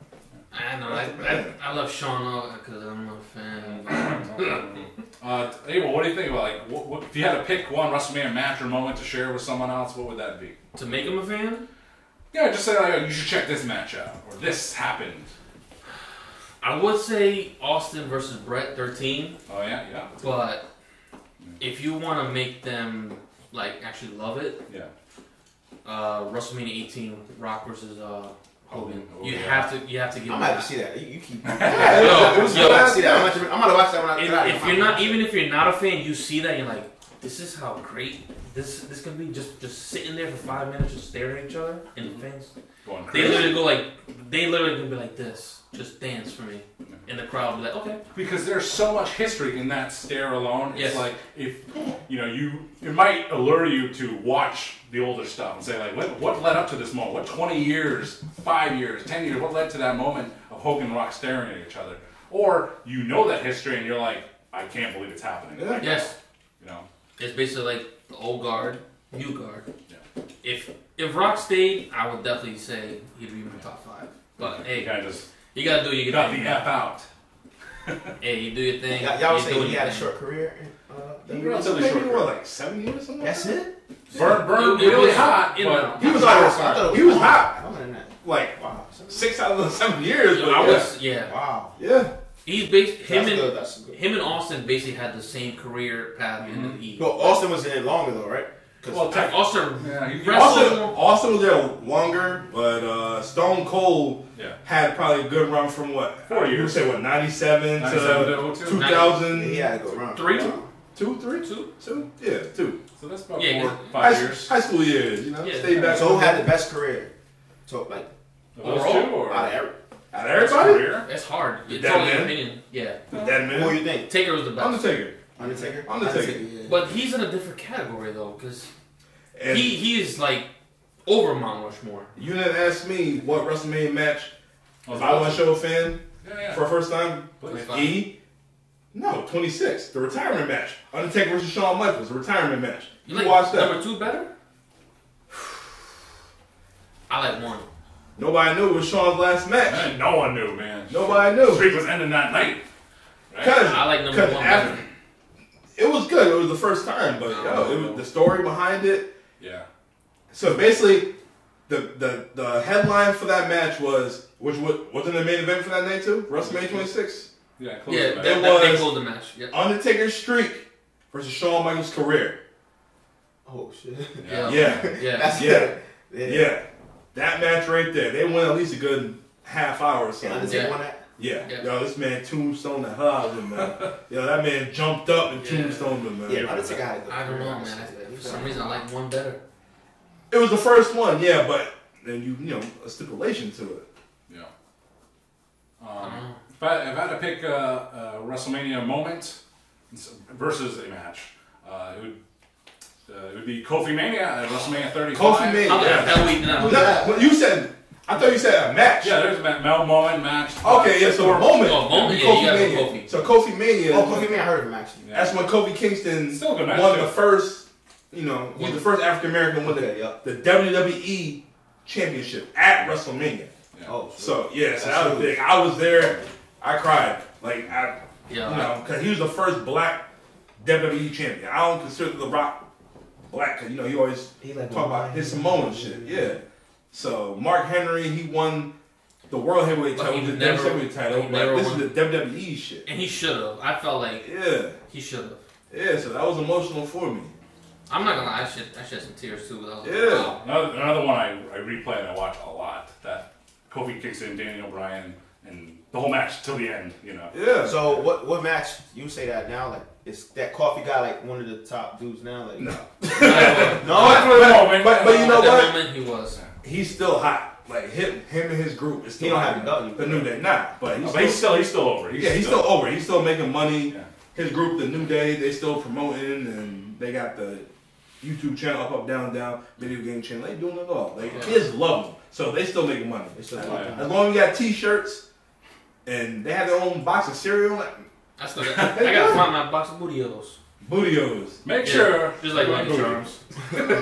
I know. I, I, I love Sean because I'm a fan.
uh, Abel, what do you think about like what, what, if you had to pick one WrestleMania match or moment to share with someone else? What would that be?
to make him a fan,
Yeah, just say like oh, you should check this match out or this happened.
I would say Austin versus Brett 13.
Oh yeah, yeah,
But if you want to make them like actually love it,
yeah.
uh, WrestleMania 18, Rock versus uh, Hogan.
Hogan,
you
yeah.
have to. You have to give.
I
them
might have
that.
to see that. You, you keep.
Yo,
it was
yo.
good. I might see that. I'm gonna- I'm gonna watch that when I get out.
if, if you're not even if you're not a fan, you see that and you're like, this is how great this this can be. Just just sitting there for five minutes, just staring at each other in the fence.
Going
They
crazy.
literally go like, they literally gonna be like this, just dance for me, and the crowd will be like, okay.
because there's so much history in that stare alone. It's
Yes.
like if you know you, it might allure you to watch the older stuff and say like, what, what led up to this moment? What 20 years, five years, 10 years? What led to that moment of Hogan and Rock staring at each other? Or you know that history and you're like, I can't believe it's happening.
Yeah.
Yes,
You know,
it's basically like the old guard, new guard.
Yeah.
If if Rock stayed, I would definitely say he'd be in my top five. But
you
hey,
kind of just
you gotta do your
got the
thing.
f out.
Hey, you do your thing.
y'all, y'all
you
was saying
doing
he
your
had a
thing.
short career. in, Uh,
He
WWE?
was-
wrestled maybe what, like seven years or something?
That's it.
Burn, burn,
It- it
really
was-
hot.
you
but-
know.
He was
I thought it
hot.
I thought it
He was
long.
hot.
Longer than that.
Like
Wow.
six out of the seven years, but I
Yeah,
was.
yeah.
Wow.
Yeah.
He's bas- him
That's
and
good. That's good.
Him and Austin basically had the same career path in the league.
But Austin was in it longer though, right? 'Cause-
Well, tech-
Austin,
Yeah, he-
wrestled,
Austin, Austin was there longer, but uh, Stone Cold
Yeah.
had probably a good run from what
Four
You would
years.
say what ninety seven
97 to
oh
to
02.
two thousand.
he had to go around.
Three?
Wow.
Two, three, two, two, yeah, two.
So that's about
Yeah,
four,
'cause-
five
high,
years.
high school years, you know.
Yeah.
Stay back.
So who had the best career? So like
Of those
Overall,
two, or
out of every,
out of everybody?
career?
That's hard. It's
That
all your
man?
opinion. Yeah.
That
who
man.
you think?
Taker was the best.
Undertaker.
Undertaker.
Undertaker.
yeah.
But he's in a different category though, because
And
he he is like over Mount Rushmore.
you didn't ask me what WrestleMania match
Oh,
if I want to show a fan
Yeah, yeah.
for the first time.
Please.
E. No, 26. The retirement match. Undertaker versus Shawn Michaels. The retirement match. You,
You like
watch that.
number two better? <sighs> I like one.
Nobody knew it was Shawn's last match.
Man, no one knew, man.
Nobody
The
knew.
streak was ending that night. Right?
Cause,
I like number
'cause
one
after-
better.
it was good. It was the first time, but yo, it was, the story behind it.
Yeah.
So basically, the, the the headline for that match was, which wa- wasn't the main event for that night too. WrestleMania 26.
Yeah, close
Yeah,
to
that,
that.
that,
It
that
was-
closed the match. Yeah.
Undertaker's streak versus Shawn Michaels' career.
Oh shit. <laughs>
Yeah.
Yeah.
Yeah.
That's
Yeah.
Yeah.
Yeah, that match right there. They went at least a good half hour or
Can
something.
Undertaker
Yeah.
won that?
Yeah,
Yeah.
yo, this man tombstone the hell out of him,
<laughs>
man. yo, that man jumped up and
Yeah.
tombstoned him, man.
Yeah, Undertaker had a good
I don't
career,
know, man.
honestly.
I-
He
For some
felt-
reason, I like one better.
It was the first one, yeah, but then you, you know, a stipulation to it.
Yeah.
I don't
Um,
know.
if, I, if I had to pick a, a WrestleMania moment versus a match, uh, it would uh, it would be Kofi Mania at WrestleMania 35.
Kofi Mania.
How the
Yeah.
hell we
No,
not?
but you said, I thought you said a match.
Yeah, there's a ma- Mel Moment match.
Okay, yeah. So a moment.
Oh, moment,
Kofi
yeah, you gotta
Mania.
go Kofi.
So Kofi Mania.
Oh, Kofi Mania, I heard him actually.
Yeah.
That's when Kofi Kingston
Still a good match,
won
too.
the first, you know, was the first African American won the,
Okay, yeah.
the WWE Championship at WrestleMania.
Yeah.
Oh, shit.
So yeah, so that was
Absolutely.
big. I was there. I cried. Like I,
Yeah.
you know, because he was the first black WWE champion. I don't consider The Rock black because you know he always
He like
talk about
Hawaiian.
his Samoan shit. Yeah. So Mark Henry, he won the World Heavyweight
But
title,
he
the
never-
WWE title.
he
Like,
never
this
won.
is the WWE shit.
And he should have. I felt like
Yeah,
he should have.
yeah. So that was emotional for me.
I'm not gonna lie. I should. I shed some tears too. I was like,
Yeah.
wow.
Another, another one I, I replay and I watch a lot. That Kofi Kingston, Daniel Bryan, and the whole match till the end. You know.
Yeah.
So what what match you say that now? Like is that coffee guy like one of the top dudes now? Like
<laughs>
no,
At
but,
moment.
but, but, but you know what?
that moment, he was.
He's still hot. Like him, him and his group is still
He don't
hot.
have a belt.
the new day. Nah, but he's
uh, But
still,
he's still he's still over.
yeah, he's still over. He's still making money.
Yeah.
His group, the New Day, they still promoting, and they got the YouTube channel up, up, down, down, video game channel. They doing it all. Like
Yeah.
kids love them, so they still making money.
They still
Like,
making
as long as you got T-shirts, and they have their own box of cereal, like,
I still. I gotta find my box of bootios.
bootios.
Make
Yeah.
sure
Just like Lucky
Booty.
Charms.
<laughs>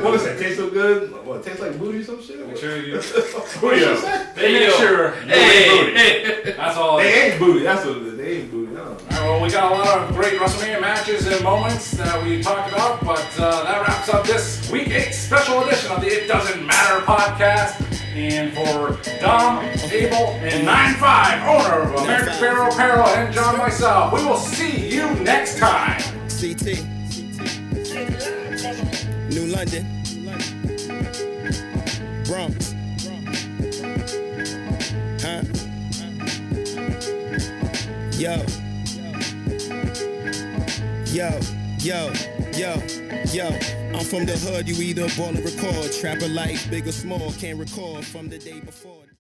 what is that? Taste so good? Like, What? Taste like booty or some shit?
Make
What-
sure you. <laughs>
what
Booty.
she say?
They
Hey,
make
yo.
sure you eat booty.
Hey.
That's all. it is.
They ain't booty. That's what it is. They ain't booty. No.
All right, well, we got a lot of great WrestleMania matches and moments that we talked about, but uh, that wraps up this week eight special edition of the It Doesn't Matter podcast. And for Dom, Abel, and 9-5, owner of American Pharaoh Apparel, and John myself, we will see you next time.
CT. New London. Bronx. Huh? Yo. Yo, yo, yo, yo. I'm from the hood, you either ball or record. Trapper life, big or small, can't recall from the day before.